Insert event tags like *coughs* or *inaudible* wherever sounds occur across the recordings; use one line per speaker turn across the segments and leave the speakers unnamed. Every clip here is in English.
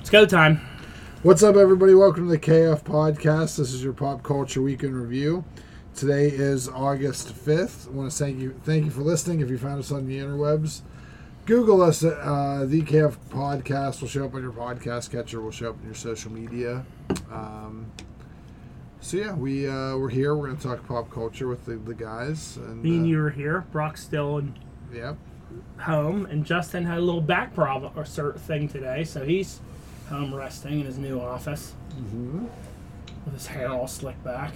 It's go time.
What's up, everybody? Welcome to the KF Podcast. This is your pop culture weekend review. Today is August fifth. I want to thank you, thank you for listening. If you found us on the interwebs, Google us. Uh, the KF Podcast will show up on your podcast catcher. Will show up in your social media. Um, so yeah, we uh, we're here. We're going to talk pop culture with the, the guys. And,
Me and
uh,
you are here. Brock's still in
Yeah,
home, and Justin had a little back problem or cert thing today, so he's home resting in his new office with his hair all slicked back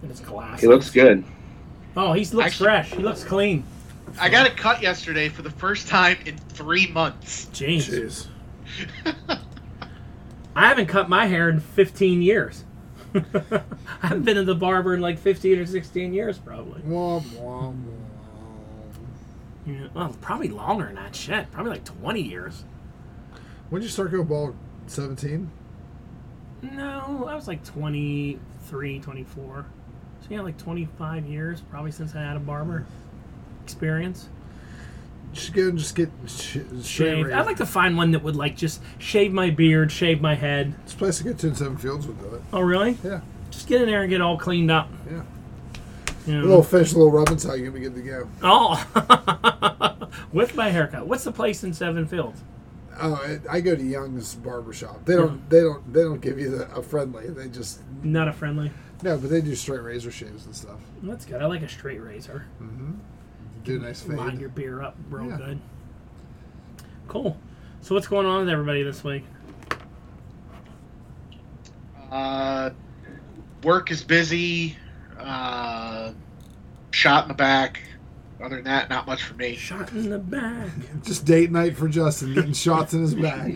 and his glasses.
He looks good.
Oh, he looks
Actually-
fresh. He looks clean.
I got it cut yesterday for the first time in three
*laughs*
months.
Jeez.
jeez.
I haven't cut my hair in 15 years. *laughs* I haven't been to the barber in like 15 or 16 years, probably.
Womp, womp, womp.
Yeah, Well, probably longer than that. Shit, probably like 20 years.
When did you start go bald? Seventeen.
No, I was like 23, 24. So yeah, like 25 years probably since I had a barber experience.
Just go and just get sh-
Shave. I'd like to find one that would like just shave my beard, shave my head.
This place to get to in Seven Fields would do it.
Oh really?
Yeah,
Just get in there and get all cleaned up.
yeah.
You know.
Little fish, little rubbins, how you gonna be good to go?
Oh, *laughs* with my haircut. What's the place in Seven Fields?
Oh, I- I go to Young's barbershop. They don't, they don't, they don't give you the, a friendly. They just
Not a friendly.
no, but they do straight razor shaves and stuff. Mm-hmm.
That's good. I like a straight razor.
Do a nice
Line
fade.
your beer up real
Yeah.
good. Cool. So what's going on with everybody this week?
Uh, work is busy. Uh, shot in the back. Other than that, not much for me.
Shot in the back.
*laughs* Just date night for Justin, getting shots in his back.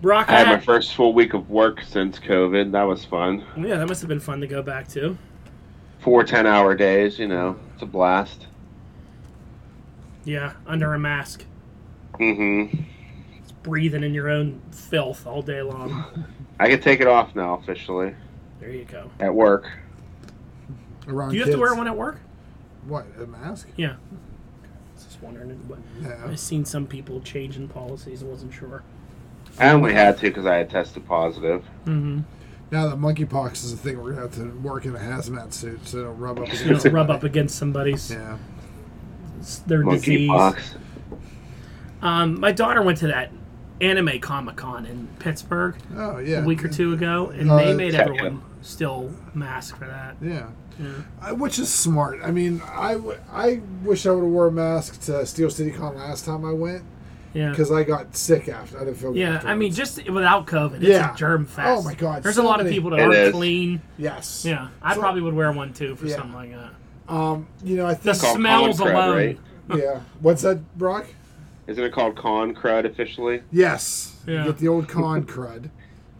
Brock,
I
I
had my first full week of work since COVID. That was fun.
yeah, that must have been fun to go back to.
Four 10 hour days, you know, it's a blast.
Yeah, under a mask,
Mm hmm.
breathing in your own filth all day
*laughs*
long.
I can take it off now officially
There you go.
at work.
Around
Do you have
kids.
to wear one at work?
What a mask?
Yeah. Just wondering. What,
No.
I've seen some people changing policies. I wasn't sure.
I only had to because I had tested positive.
Mm-hmm.
Now that monkeypox is a thing, we're gonna have to work in a hazmat suit so they don't rub up
You know,
against.
rub up
somebody.
against somebody's
Yeah.
their disease.
Monkeypox.
Um, my daughter went to that anime comic con in Pittsburgh
Oh yeah.
a week or two ago, and
Uh,
they made
check
everyone still mask for that.
Yeah.
Yeah.
I- which is smart. I mean, I, w- I wish I would have wore a mask to Steel City Con last time I went
Yeah.
because I got sick after. I didn't feel good.
Yeah, I
afterwards.
mean, just without COVID, it's
Yeah.
a germ fest.
Oh my God,
There's
so
a lot of
many-
people that
It
aren't
is.
clean.
yes.
Yeah, I
So-
probably would wear one too for
Yeah.
something like that.
Um, you know, I
The
think.
called
smells
Colin Crab,
alone.
right?
yeah. What's that, Brock?
Isn't it called con crud officially?
Yes.
Yeah.
You get the old
*laughs*
con crud.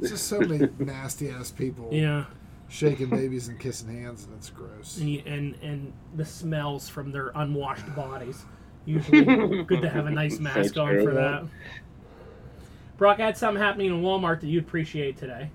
It's just so many nasty ass people
Yeah, *laughs*
shaking babies and kissing hands, and it's gross.
and, you- and and the smells from their unwashed bodies. Usually,
*laughs*
good to have a nice
So
mask on
true.
for that. Brock, I had something happening in Walmart that you appreciate today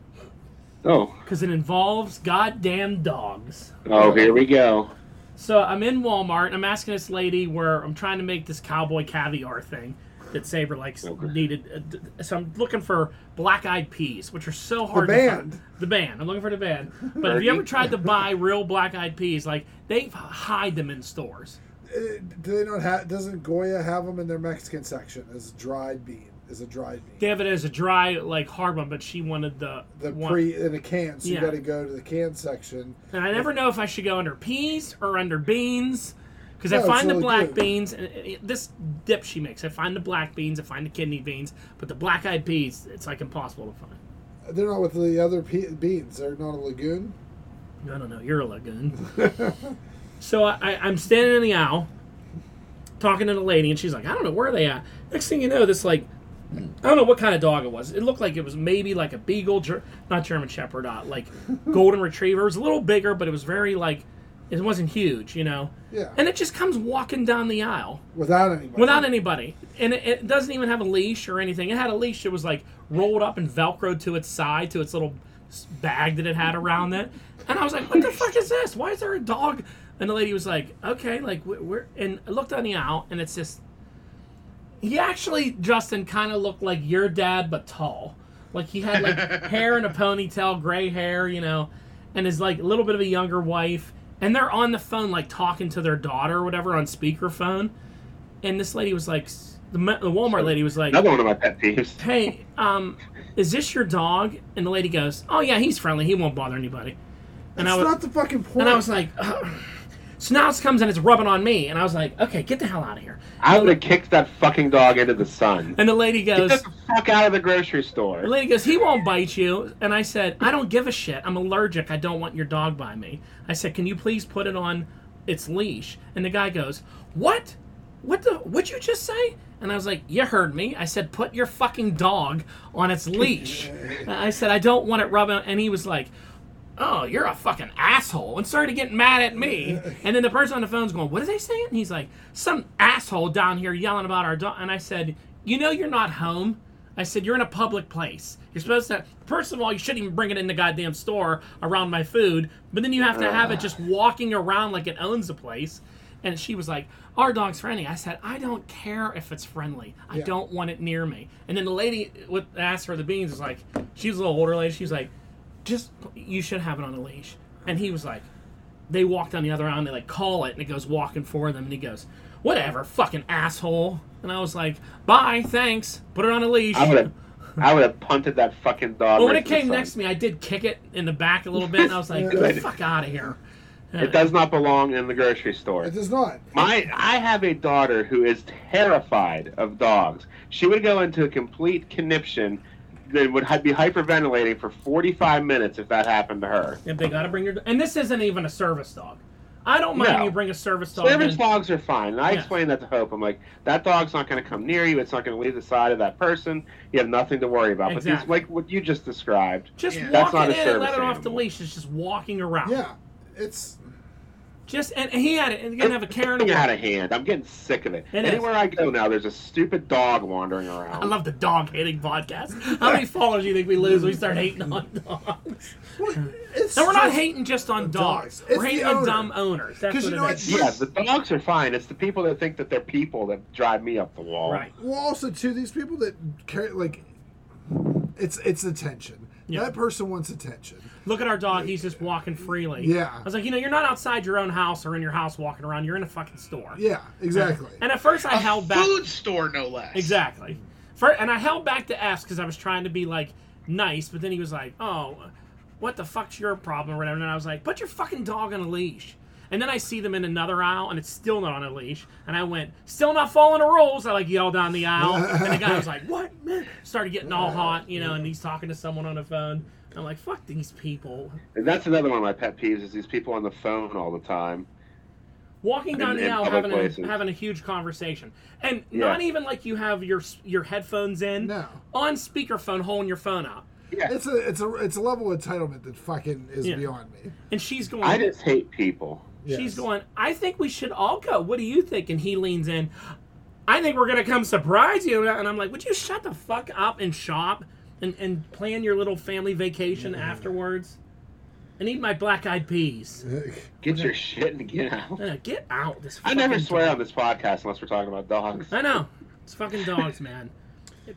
Oh,
because it involves goddamn dogs.
oh, here we go.
So I'm in Walmart and I'm asking this lady where I'm trying to make this cowboy caviar thing that Saber likes
Okay.
needed. Uh, d- So I'm looking for black eyed peas, which are so hard. to
band.
find. The band. I'm looking for the
*laughs*
band. But have you
Fergie?
ever tried to buy real black eyed peas? Like they hide them in stores.
Uh, do they not have? Doesn't Goya have them in their Mexican section? As dried bean? Is a dried bean?
They have it as a dry, like hard one, but she wanted the
The
one-
pre in a can, so
Yeah.
you got to go to the can section.
And I never know if I should go under peas or under beans. Because
No,
I
it's
find the
really
black
good.
beans, and it- it- this dip she makes, I find the black beans, I find the kidney beans, but the black eyed peas, it's like impossible to find.
They're not with the other pe- beans. They're not a
*laughs*
lagoon.
I don't know, you're a lagoon.
*laughs*
so I, I, I'm standing in the aisle, talking to the lady, and she's like, I don't know where they at. Next thing you know, this like, I don't know what kind of dog it was. It looked like it was maybe like a beagle, ger- not German Shepherd, uh,
*laughs*
like golden retriever. It was a little bigger, but it was very like, it wasn't huge, you know.
Yeah.
And it just comes walking down the aisle
Without anybody.
without anybody, and it, it doesn't even have a leash or anything. It had a leash that was like rolled up and velcroed to its side to its little s- bag that it had around it. And I was like, "What the fuck is this? Why is there a dog?" And the lady was like, "Okay, like wh- where?" And I looked down the aisle, and it's just he actually Justin kind of looked like your dad, but tall. Like he had like
*laughs*
hair and a ponytail, gray hair, you know, and is like a little bit of a younger wife. And they're on the phone, like talking to their daughter or whatever on speakerphone. And this lady was like, s- the, ma- the Walmart lady was like,
Another one of my pet peeves.
hey, um, is this your dog? And the lady goes, oh yeah, he's friendly. He won't bother anybody. And I
That's
was,
not the fucking point.
and I was like, so now it comes and it's rubbing on me. And I was like, okay, get the hell out of here.
I would have kicked that fucking dog into the sun.
And the lady
Get
goes,
the fuck out of the grocery
the
store.
lady goes, he won't bite you. And I said, I don't give a shit. I'm allergic. I don't want your dog by me. I said, can you please put it on its leash? And the guy goes, what? What the? What'd you just say? And I was like, you heard me. I said, put your fucking dog on its leash. And I said, I don't want it rubbing. And he was like, oh, you're a fucking asshole, and started getting mad at me. And then the person on the phone's going, what are they saying? And he's like, some asshole down here yelling about our dog. And I said, you know you're not home. I said, you're in a public place. You're supposed to, first of all, you shouldn't even bring it in the goddamn store around my food, but then you have to have it just walking around like it owns the place. And she was like, our dog's friendly. I said, I don't care if it's friendly. I
Yeah.
don't want it near me. And then the lady with asked for the beans was like, she was a little older lady. She was like, just you should have it on a leash. And he was like, they walked on the other end. They like call it, and it goes walking for them. And he goes, whatever, fucking asshole. And I was like, bye, thanks. Put it on a leash.
I would have, I would have punted that fucking dog.
But when
right
it
to the
came
sun.
next to me, I did kick it in the back a little bit, and I was
*laughs*
like, get the fuck out of here.
it does not belong in the grocery store.
it does not.
My, I have a daughter who is terrified of dogs. She would go into a complete conniption, then would hi- be hyperventilating for 45 minutes if that happened to her.
If they gotta bring your, and this isn't even a service dog. I don't mind
No.
when you bring a service dog.
Service
in.
dogs are fine. And I
Yeah.
explained that to Hope. I'm like, that dog's not going to come near you. It's not going to leave the side of that person. You have nothing to worry about. But these,
Exactly.
like what you just described,
Just
Yeah.
walk
That's not
it
a
in and let
service
it off the
animal.
leash. It's just walking around.
Yeah, it's
Just and and he had it. And he
*laughs*
didn't have a care in the
getting out
world.
of hand. I'm getting sick of it.
It is.
Anywhere I go now, there's a stupid dog wandering around.
I love the dog hating podcast. How
*laughs*
many followers do you think we lose when we start hating on dogs?
well, it's.
No, we're not
just-
hating just on dogs.
Dogs. It's
we're
the
hating on
owner.
dumb owners. That's
'Cause
what
you know
it
it's-
is.
Yeah, the dogs are fine. It's the people that think that they're people that drive me up the wall.
Right.
Well, also too, these people that care like, it's it's attention.
Yeah.
That person wants attention.
Look at our dog. He's just walking freely.
Yeah.
I was like, you know, you're not outside your own house or in your house walking around. You're in a fucking store.
Yeah, exactly.
And at first, I
A
held back.
Food store, no less.
Exactly. For, and I held back to ask because I was trying to be like nice, but then he was like, "Oh, what the fuck's your problem?" Or whatever. And I was like, "Put your fucking dog on a leash." And then I see them in another aisle, and it's still not on a leash. And I went, "Still not following the rules." I like yelled down the
*laughs*
aisle, and the guy was like, "What?" man?" Started getting
Uh,
all hot, you know. And he's talking to someone on the phone. I'm like, "Fuck these people."
And that's another one of my pet peeves is these people on the phone all the time.
walking down
In-
the
in
aisle
public
having a,
places.
having a huge conversation and
Yeah.
not even like you have your s- your headphones in
No.
on speakerphone holding your phone out
Yeah.
It's a it's a it's a level of entitlement that fucking is
Yeah.
beyond me.
and she's going
I just hate people.
Yes.
she's going i think we should all go what do you think and he leans in i think we're gonna come surprise you and i'm like would you shut the fuck up and shop and, and plan your little family vacation afterwards i need my black eyed peas
Get your shit and get out.
Uh, get out this
I never
fucking
swear on this podcast unless we're talking about dogs.
I know. It's fucking dogs, man.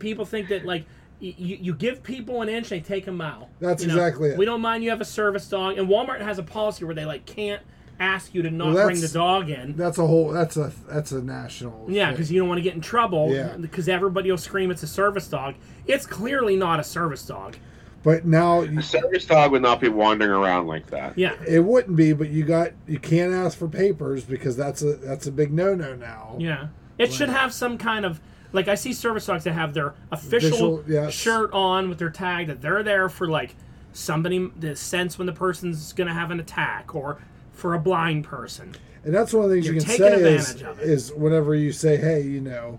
People think that like you, you give people an inch, they take a mile.
That's
You know,
exactly it.
We don't mind you have a service dog, and Walmart has a policy where they like can't ask you to not
Well,
bring the
that's-
dog in.
That's a whole. That's a that's a national.
Yeah,
thing.
because you don't want to get in trouble.
Yeah.
Because everybody will scream it's a service dog. It's clearly not a service dog.
But now you,
A service dog would not be wandering around like that.
Yeah.
it wouldn't be. But you got you can't ask for papers because that's a that's a big no no now.
Yeah. It should have some kind of like I see service dogs that have their official
Official, yes.
shirt on with their tag that they're there for like somebody to sense when the person's gonna have an attack or for a blind person.
And that's one of the things
You're
you can
taking
say is,
advantage of it.
is whenever you say, hey, you know,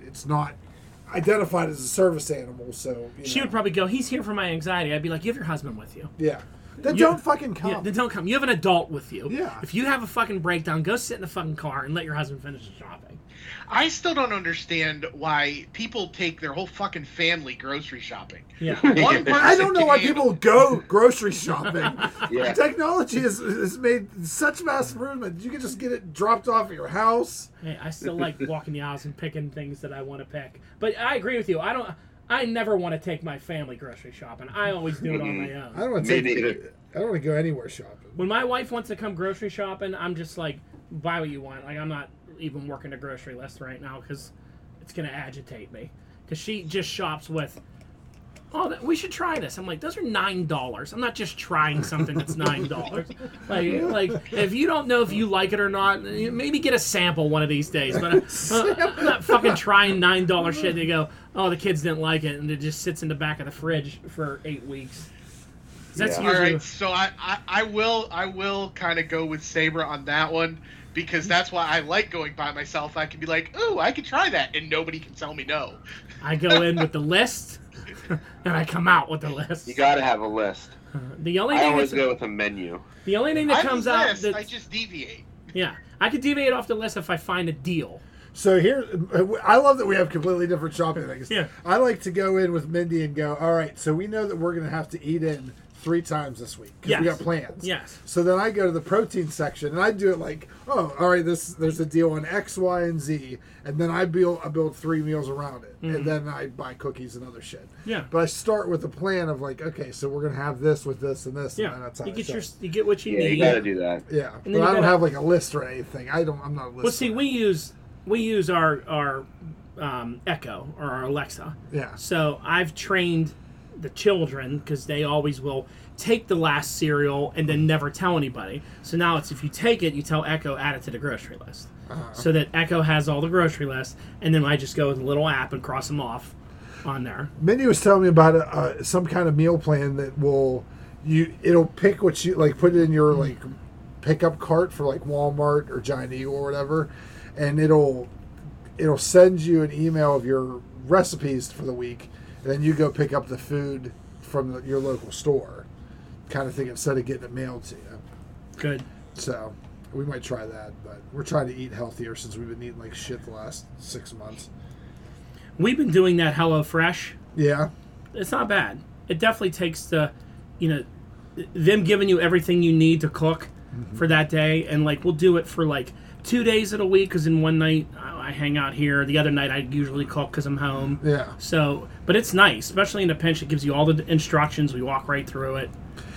it's not identified as a service animal, so. You
She
know,
would probably go, "He's here for my anxiety." I'd be like, "You have your husband with you."
Yeah. Then
You-
don't fucking come.
Yeah, then don't come. You have an adult with you.
Oh. Yeah.
If you have a fucking breakdown, go sit in the fucking car and let your husband finish the shopping.
I still don't understand why people take their whole fucking family grocery
*laughs*
shopping.
Yeah.
One person
I don't know why
can
people go grocery shopping.
*laughs* Yeah.
Technology has, has made such mass improvement. You can just get it dropped off at your house.
Hey, I still like walking the aisles and picking things that I want to pick. But I agree with you. I don't. I never want to take my family grocery shopping. I always do it on my
I
own.
don't want
Me
to
neither.
take. I don't want to go anywhere shopping.
When my wife wants to come grocery shopping, I'm just like, buy what you want. Like I'm not even working a grocery list right now because it's gonna agitate me. Because she just shops with. Oh, that, we should try this. I'm like, those are nine dollars. I'm not just trying something that's nine dollars. like, like if you don't know if you like it or not, you- maybe get a sample one of these days. But uh, I'm not fucking trying nine dollar shit. And they go, oh, the kids didn't like it, and it just sits in the back of the fridge for eight weeks. 'Cause That's
Yeah.
All
usually
right, so I, I, I will I will kind of go with Saber on that one because that's why I like going by myself. I can be like, ooh, I can try that, and nobody can tell me no.
I go in with the list, *laughs* and I come out with the list.
You gotta have a list.
the only
I
thing
always
that's,
go with a menu.
the only thing
I
that comes out
resist, I
that
just deviate.
yeah, I could deviate off the list if I find a deal.
So here, I love that we have completely different shopping things.
Yeah.
I like to go in with Mindy and go. All right, so we know that we're going to have to eat in three times this week because
Yes.
we got plans.
Yes.
So then I go to the protein section and I do it like, oh, all right, this there's a deal on X, Y, and Z, and then I build I build three meals around it, and then I buy cookies and other shit.
Mm-hmm. Yeah.
But I start with a plan of like, okay, so we're gonna have this with this and this.
Yeah,
and that's how
you
I
get your
shop.
you get what you
Yeah,
need.
you gotta do that.
yeah. But
then you
I don't
gotta-
have like a list or anything. I don't. I'm not a list.
well, see, we use we use our our um, Echo or our Alexa.
yeah.
So I've trained the children because they always will take the last cereal and then never tell anybody. So now it's if you take it, you tell Echo add it to the grocery list, so that Echo has all the grocery list, and then I just go with a little app and cross them off on there.
Mindy was telling me about a, uh, some kind of meal plan that will you it'll pick what you like put it in your like pickup cart for like Walmart or Giant Eagle or whatever, and it'll it'll send you an email of your recipes for the week, and then you go pick up the food from the, your local store, kind of thing instead of getting it mailed to you.
Good.
So we might try that, but we're trying to eat healthier since we've been eating like shit the last six months.
We've been doing that HelloFresh.
Yeah,
It's not bad. It definitely takes the, you know, them giving you everything you need to cook for that day, and like we'll do it for like two days in a week. Because in one night I I hang out here, the other night I usually cook because I'm home.
yeah.
So, but it's nice, especially in a pinch. It gives you all the instructions. We walk right through it.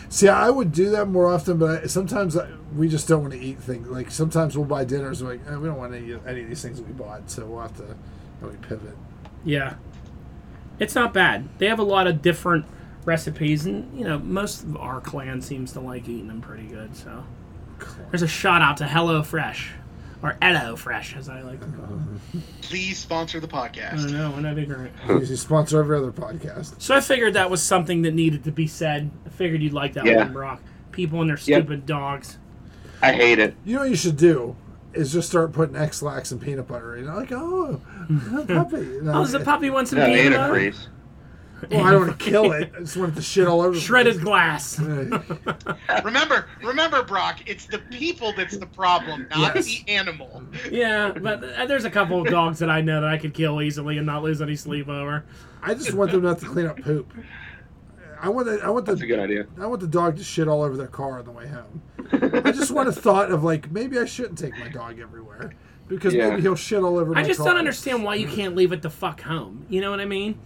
See, I would do that more often, but I, sometimes I, we just don't want to eat things. Like sometimes we'll buy dinners, and we're like eh, we don't want to eat any of these things that we bought, so we'll have to really
*laughs*
pivot.
Yeah, it's not bad. They have a lot of different recipes, and you know, most of our clan seems to like eating them pretty good. So, there's a shout out to Hello Fresh, or Hello Fresh, as I like to call it.
Please sponsor the
I don't
podcast.
know, wouldn't that be great?
You sponsor every other podcast.
So I figured that was something that needed to be said. I figured you'd like that
Yeah.
one, Brock. People and their stupid dogs.
I hate it.
You know what you should do is just start putting X lax and peanut butter. in. like, oh, a
*laughs*
puppy. You know,
Oh, does the puppy want some
No,
peanut butter?
antifreeze.
well, I don't want to kill it. I just want the shit all over.
*laughs*
the
Shredded glass. *laughs*
place. Eh,
Mm.
Remember, remember, Brock, it's the people that's the problem, not
Yes.
the animal.
Yeah, but uh, there's a couple of dogs that I know that I could kill easily and not lose any sleep over.
*laughs* I just want them not to clean up poop. I want the, I want the
That's a good idea.
I want the dog to shit all over their car on the way home. I just want a thought of like maybe I shouldn't take my dog everywhere because
Yeah.
maybe he'll shit all over.
I
my
just
car.
don't understand why you can't leave it the fuck home. You know what I mean?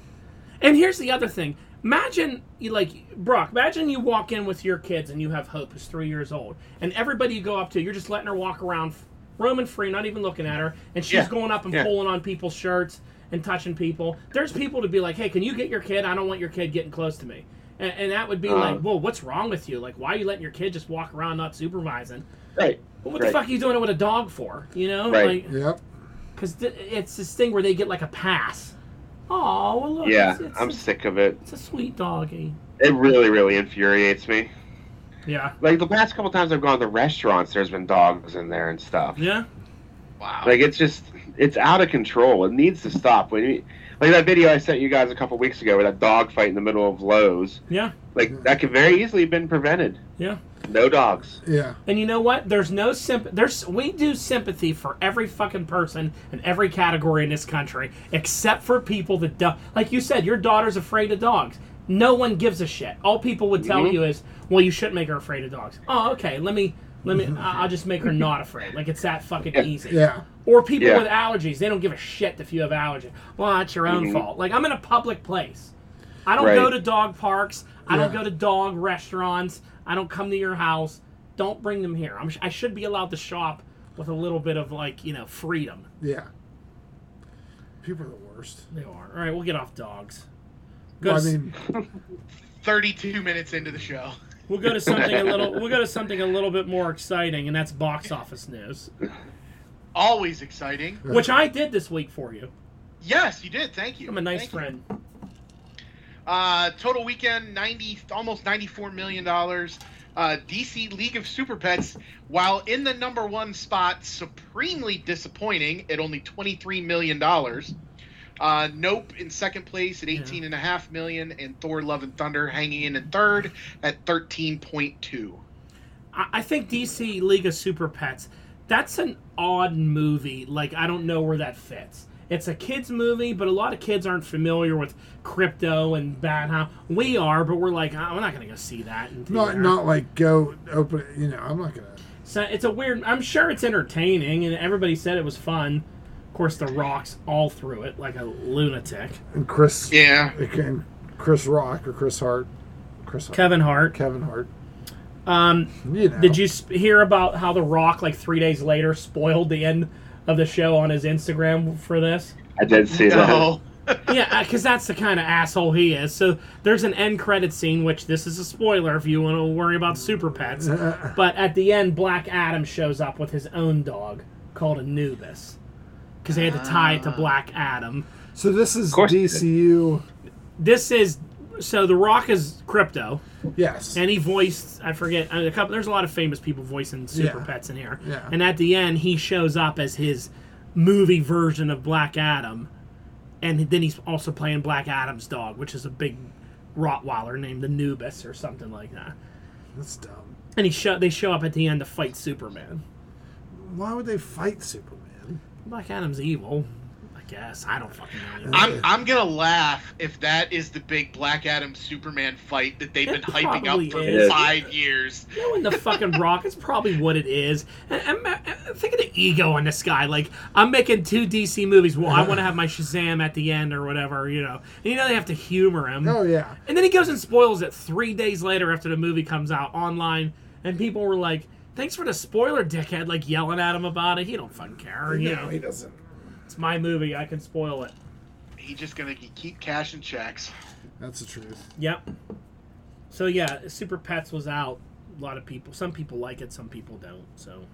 And here's the other thing. Imagine you like Brock. Imagine you walk in with your kids and you have Hope, who's three years old, and everybody you go up to, you're just letting her walk around, f- roaming free, not even looking at her, and she's
Yeah,
going up and
yeah.
pulling on people's shirts and touching people. There's people to be like, "Hey, can you get your kid? I don't want your kid getting close to me." And, and that would be
Uh-huh.
like, "Well, what's wrong with you? Like, why are you letting your kid just walk around not supervising?
Right.
But what the
Right.
fuck are you doing it with a dog for? You know,
Right.
like."
Yep.
Because th- it's this thing where they get like a pass. Oh, well, look.
Yeah,
it's, it's,
I'm
a,
sick of it.
it's a sweet doggy.
It really, really infuriates me.
Yeah.
Like the last couple times I've gone to restaurants, there's been dogs in there and stuff.
Yeah.
Wow.
Like it's just, it's out of control. It needs to stop. When you, like that video I sent you guys a couple weeks ago with that dog fight in the middle of Lowe's,
Yeah.
like that could very easily have been prevented.
Yeah.
No dogs.
Yeah.
And you know what? There's no symp. There's we do sympathy for every fucking person in every category in this country, except for people that do- like you said, your daughter's afraid of dogs. No one gives a shit. All people would tell
Mhm.
you is, "Well, you shouldn't make her afraid of dogs." Oh, okay. Let me, let
*laughs*
me. I- I'll just make her not afraid. Like it's that fucking
Yeah.
easy.
Yeah.
Or people
Yeah.
with allergies, they don't give a shit if you have allergies. Well, it's your own
Mhm.
fault. Like I'm in a public place. I don't
Right.
go to dog parks. I don't
Yeah.
go to dog restaurants. I don't come to your house. Don't bring them here. I'm, sh- I should be allowed to shop with a little bit of like you know freedom.
Yeah. People are the worst.
They are. All right, we'll get off dogs. Go
Well, I
to s-
mean,
32 minutes into the show.
we'll go to something a little. We'll go to something a little bit more exciting, and that's box office news,
Always exciting.
which I did this week for you.
Yes, you did. Thank you.
I'm a nice
Thank you.
friend.
Uh, total weekend 90 almost 94 million dollars. Uh, DC League of Super Pets, while in the number one spot, supremely disappointing at only 23 million dollars. Uh, nope in second place at
Yeah.
18 and a half million, and Thor: Love and Thunder hanging in in third at 13.2.
I I think DC League of Super Pets. That's an odd movie. Like I don't know where that fits. It's a kids movie, but a lot of kids aren't familiar with crypto and bad. Huh? We are, but we're like, "Ah, we're not gonna go see that. in
not
theater."
not like go open. it, You know, I'm not gonna.
So it's a weird. I'm sure it's entertaining, and everybody said it was fun. Of course, The Rock's all through it like a lunatic.
And Chris.
Yeah,
And Chris Rock or Chris Hart. Chris Hart.
Kevin Hart.
Kevin Hart.
Um,
You know.
Did you sp- hear about how The Rock, like three days later, spoiled the end of the show on his Instagram for this?
I did see
no,
yeah, because that's the kind of asshole he is. So there's an end credit scene, which this is a spoiler if you want to worry about super pets. But at the end, Black Adam shows up with his own dog called Anubis, because they had to tie it to Black Adam.
So this is
course you did.
DCU.
This is so The Rock is crypto,
Yes.
and he voiced I forget uh, a couple. There's a lot of famous people voicing super
Yeah.
pets in here.
Yeah.
And at the end, he shows up as his movie version of Black Adam, and then he's also playing Black Adam's dog, which is a big Rottweiler named Anubis or something like that.
That's dumb.
And he show they show up at the end to fight Superman.
Why would they fight Superman?
Black Adam's evil, I guess. I don't fucking know.
I'm I'm gonna laugh if that is the big Black Adam Superman fight that they've
It
been hyping up
probably
for
is.
five years.
You know, in the fucking rock is probably what it is. And, and, and think of the ego on this guy. Like, I'm making two DC movies. Well, I want to have my Shazam at the end or whatever, you know. And you know they have to humor him.
*laughs* Oh yeah.
And then he goes and spoils it three days later after the movie comes out online, and people were like, "Thanks for the spoiler, dickhead!" Like yelling at him about it. He don't fucking care. You
No,
know,
he doesn't.
it's my movie. I can spoil it.
He just gonna keep cashing checks.
That's the truth.
Yep. So yeah, Super Pets was out. A lot of people. Some people like it. Some people don't. So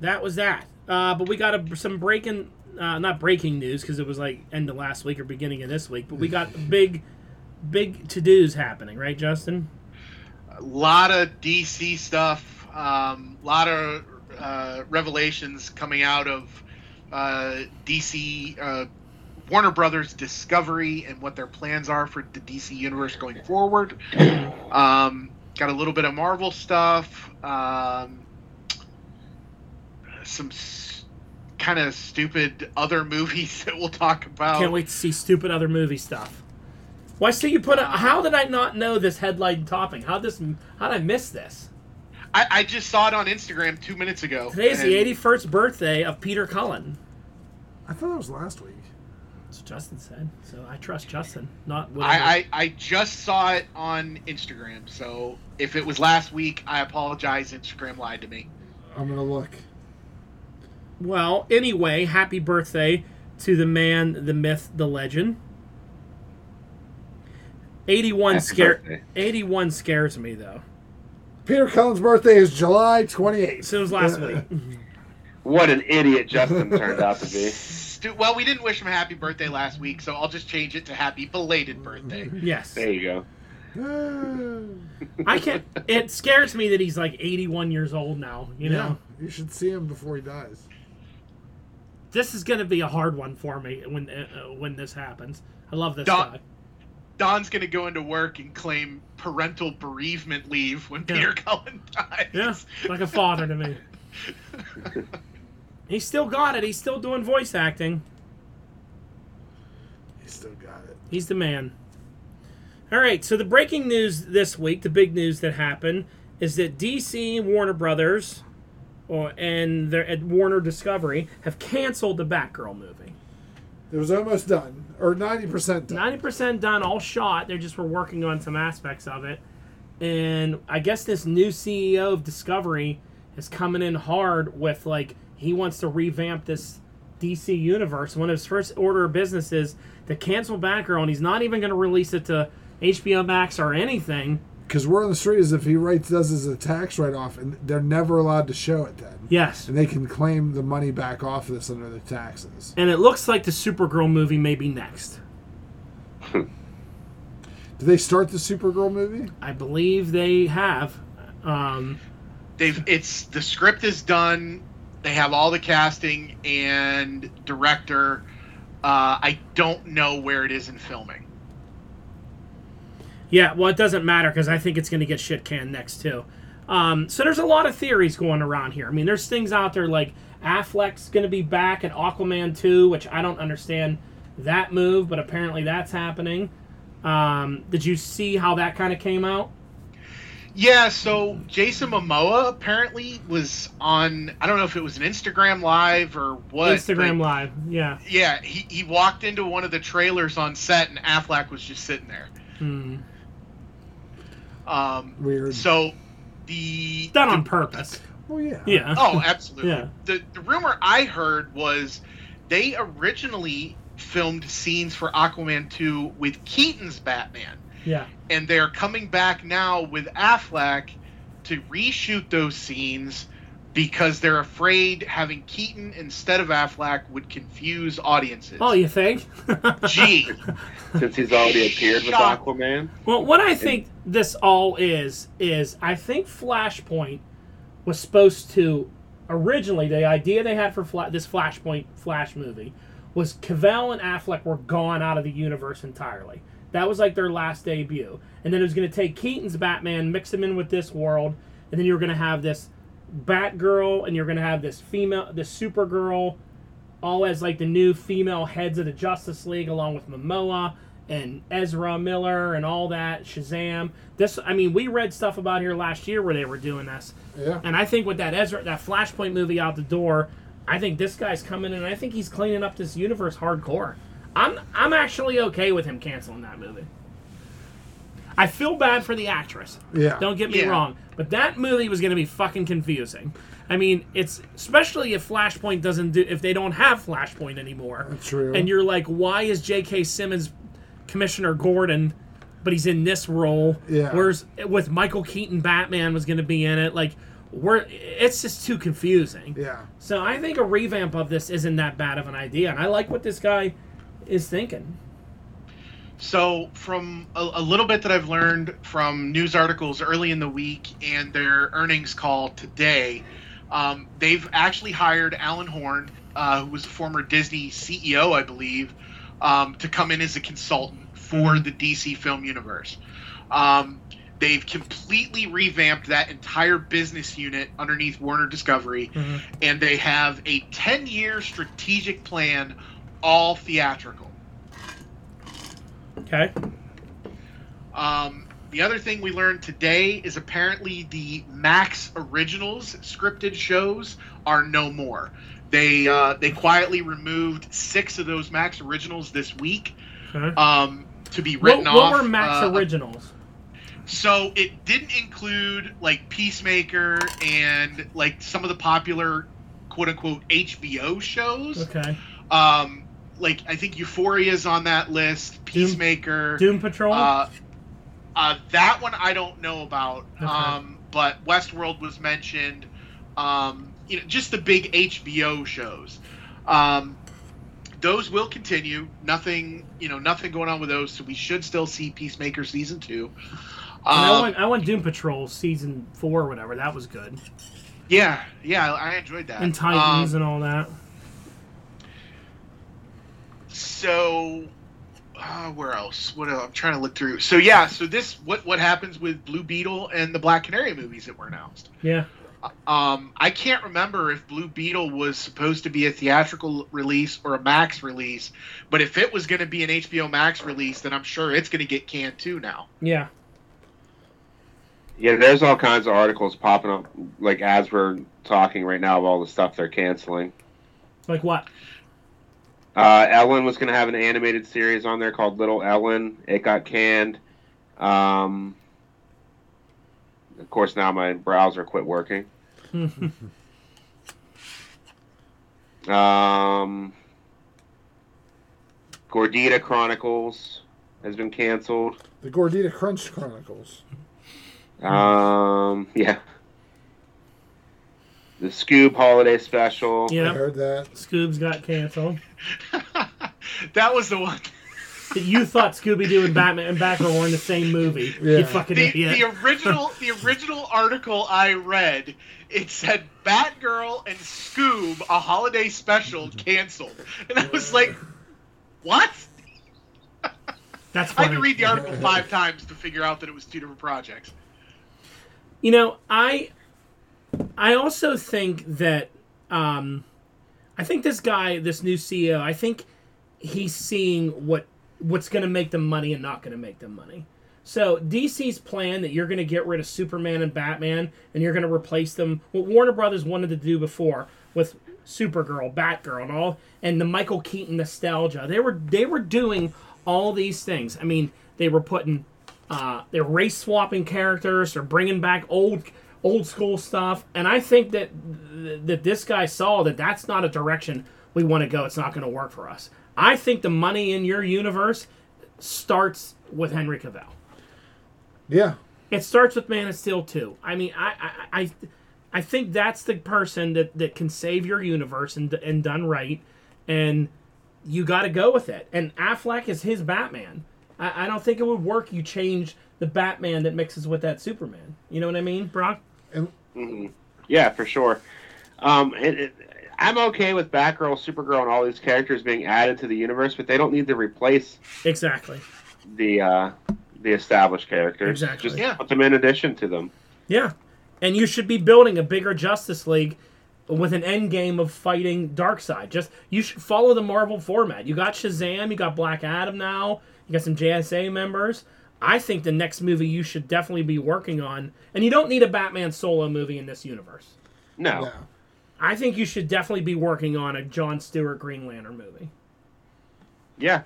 that was that. Uh, but we got a, some breaking, uh, not breaking news because it was like end of last week or beginning of this week. But we got big, big to dos happening, right, Justin?
A lot of DC stuff. um, lot of uh, revelations coming out of uh, DC uh, Warner Brothers Discovery and what their plans are for the DC universe going forward. Um, got a little bit of Marvel stuff. Um, some s- kind of stupid other *laughs* movies that we'll talk about.
Can't wait to see stupid other movie stuff. Why see you put a, how did I not know this headline topping? How this how did I miss this?
I, I just saw it on Instagram two minutes ago.
Today's
and-
the 81st birthday of Peter Cullen.
I thought that was last week.
That's what Justin said. So I trust Justin, not whatever.
I, I, I just saw it on Instagram, so if it was last week, I apologize. Instagram lied to me.
I'm gonna look.
Well, anyway, happy birthday to the man, the myth, the legend. 81
Happy
scare
birthday.
81 scares me though.
Peter Cullen's birthday is July 28th.
So it was last
Uh, *laughs*
*laughs*
week.
What an idiot Justin turned out to be.
Stu- well, we didn't wish him a happy birthday last week, so I'll just change it to happy belated birthday.
Yes.
There you go.
You
I can't it scares me that he's like 81 years old now, you know.
you should see him before he dies.
this is going to be a hard one for me when uh, uh, when this happens. I love this
Don-
guy.
Don's gonna go into work and claim parental bereavement leave when
Yeah.
Peter *laughs* Cullen dies.
Yeah, like a father to
*laughs*
me. He's still got it. He's still doing voice acting.
He still got it.
He's the man. All right, so the breaking news this week, the big news that happened, is that DC, Warner Brothers, or and their at Warner Discovery have canceled the Batgirl movie.
It was almost done, or ninety percent done.
Ninety percent done, all shot. They just were working on some aspects of it, and I guess this new CEO of Discovery is coming in hard with like he wants to revamp this DC universe. One of his first order of business is to cancel Batgirl, and he's not even going to release it to HBO Max or anything.
Because we're on the street is if he writes does his a tax write off, and they're never allowed to show it then,
Yes,
and they can claim the money back off of this under their taxes.
and it looks like the Supergirl movie may be next.
Did they start the Supergirl movie?
I believe they have. Um,
They've it's the script is done. They have all the casting and director. Uh, I don't know where it is in filming.
Yeah, well, it doesn't matter because I think it's going to get shit canned next too. Um, so there's a lot of theories going around here. I mean, there's things out there like Affleck's going to be back in Aquaman 2, which I don't understand that move, but apparently that's happening. Um, did you see how that kind of came out?
Yeah, so Jason Momoa apparently was on I don't know if it was an Instagram live or what.
Instagram
but-
Live, yeah.
Yeah, he, he walked into one of the trailers on set and Affleck was just sitting there.
Hmm.
Um,
Weird.
so the
Done on purpose.
oh yeah.
Yeah. *laughs*
Oh, absolutely.
Yeah.
The the rumor I heard was they originally filmed scenes for Aquaman 2 with Keaton's Batman
Yeah.
and they're coming back now with Affleck to reshoot those scenes because they're afraid having Keaton instead of Affleck would confuse audiences.
Oh, you think?
*laughs*
*laughs*
Gee.
since he's already appeared with
Shock.
Aquaman.
Well, what I think this all is is I think Flashpoint was supposed to originally the idea they had for Fla- this Flashpoint Flash movie was Cavell and Affleck were gone out of the universe entirely. That was like their last debut, and then it was going to take Keaton's Batman, mix him in with this world, and then you were going to have this Batgirl, and you're going to have this female, this Supergirl, all as like the new female heads of the Justice League, along with Momoa and Ezra Miller and all that Shazam. This, I mean, we read stuff about here last year where they were doing this,
Yeah.
and I think with that Ezra, that Flashpoint movie out the door, I think this guy's coming in, and I think he's cleaning up this universe hardcore. I'm, I'm actually okay with him canceling that movie. I feel bad for the actress.
Yeah.
Don't get me
Yeah.
wrong, but that movie was going to be fucking confusing. I mean, it's especially if Flashpoint doesn't do if they don't have Flashpoint anymore,
True.
and you're like, why is J.K. Simmons Commissioner Gordon, but he's in this role?
Yeah.
Whereas with Michael Keaton, Batman was going to be in it. Like, we're it's just too confusing.
yeah.
So I think a revamp of this isn't that bad of an idea, and I like what this guy is thinking.
So, from a, a little bit that I've learned from news articles early in the week and their earnings call today, um, they've actually hired Alan Horn, uh, who was a former Disney CEO, I believe, um, to come in as a consultant for the DC film universe. Um, they've completely revamped that entire business unit underneath Warner Discovery,
Mm-hmm.
and they have a 10 year strategic plan, all theatrical.
Okay.
Um, the other thing we learned today is apparently the Max Originals scripted shows are no more. They uh, they quietly removed six of those Max Originals this week
Okay.
um, to be
What,
written
what
off.
were Max
uh,
originals?
So it didn't include like Peacemaker and like some of the popular quote unquote HBO shows.
Okay.
Um, like I think Euphoria's on that list. Peacemaker.
Doom Patrol.
Uh, uh, that one I don't know about,
Okay.
um, but Westworld was mentioned. Um, you know, just the big HBO shows. Um, those will continue. Nothing, you know, nothing going on with those, so we should still see Peacemaker season two.
And I
Uh,
Um,
went I went Doom Patrol season four or whatever. That was good.
yeah, yeah, I I enjoyed that.
Uh,
And
um,
Titans
Um,
and all that.
so, uh, where else? What else? I'm trying to look through. So yeah, so this what what happens with Blue Beetle and the Black Canary movies that were announced.
Yeah.
Um, I can't remember if Blue Beetle was supposed to be a theatrical release or a Max release, but if it was going to be an HBO Max release, then I'm sure it's going to get canned too now. *laughs*
Yeah.
Yeah, there's all kinds of articles popping up, like as we're talking right now, of all the stuff they're canceling.
Like what?
Uh, Ellen was going to have an animated series on there called Little Ellen. It got canned. Um, of course, now my browser quit working. um, Gordita Chronicles has been canceled.
The Gordita Crunch Chronicles.
Um, yeah. The Scoob Holiday Special.
I
Yeah.
heard that.
Scoob's got canceled.
that was the one.
That you thought Scooby Doo and Batman and Batgirl were in the same movie.
Yeah.
You fucking
The,
idiot.
the original the original article I read it said Batgirl and Scoob a holiday special canceled, and I was like, what?
That's
I
funny.
had to read the article five times to figure out that it was two different projects.
You know, I I also think that um I think this guy, this new CEO, I think he's seeing what what's going to make them money and not going to make them money. So DC's plan that you're going to get rid of Superman and Batman and you're going to replace them what Warner Brothers wanted to do before with Supergirl, Batgirl, and all, and the Michael Keaton nostalgia. They were they were doing all these things. I mean, they were putting uh, they're race swapping characters, they're bringing back old old school stuff, and I think that that this guy saw that that's not a direction we want to go. It's not going to work for us. I think the money in your universe starts with Henry Cavill.
Yeah.
It starts with Man of Steel too. I mean, I I, I, I think that's the person that, that can save your universe and and done right, and you got to go with it. And Affleck is his Batman. I, I don't think it would work. You change the Batman that mixes with that Superman. You know what I mean, Brock?
And
Yeah, for sure. Um, it, it, I'm okay with Batgirl, Supergirl, and all these characters being added to the universe, but they don't need to replace
Exactly.
the uh, the established characters.
Exactly.
Just
Yeah.
put them in addition to them.
Yeah, and you should be building a bigger Justice League with an end game of fighting Darkseid. Just you should follow the Marvel format. You got Shazam, you got Black Adam now, you got some JSA members. I think the next movie you should definitely be working on, and you don't need a Batman solo movie in this universe.
No.
yeah.
I think you should definitely be working on a John Stewart Green Lantern movie.
Yeah.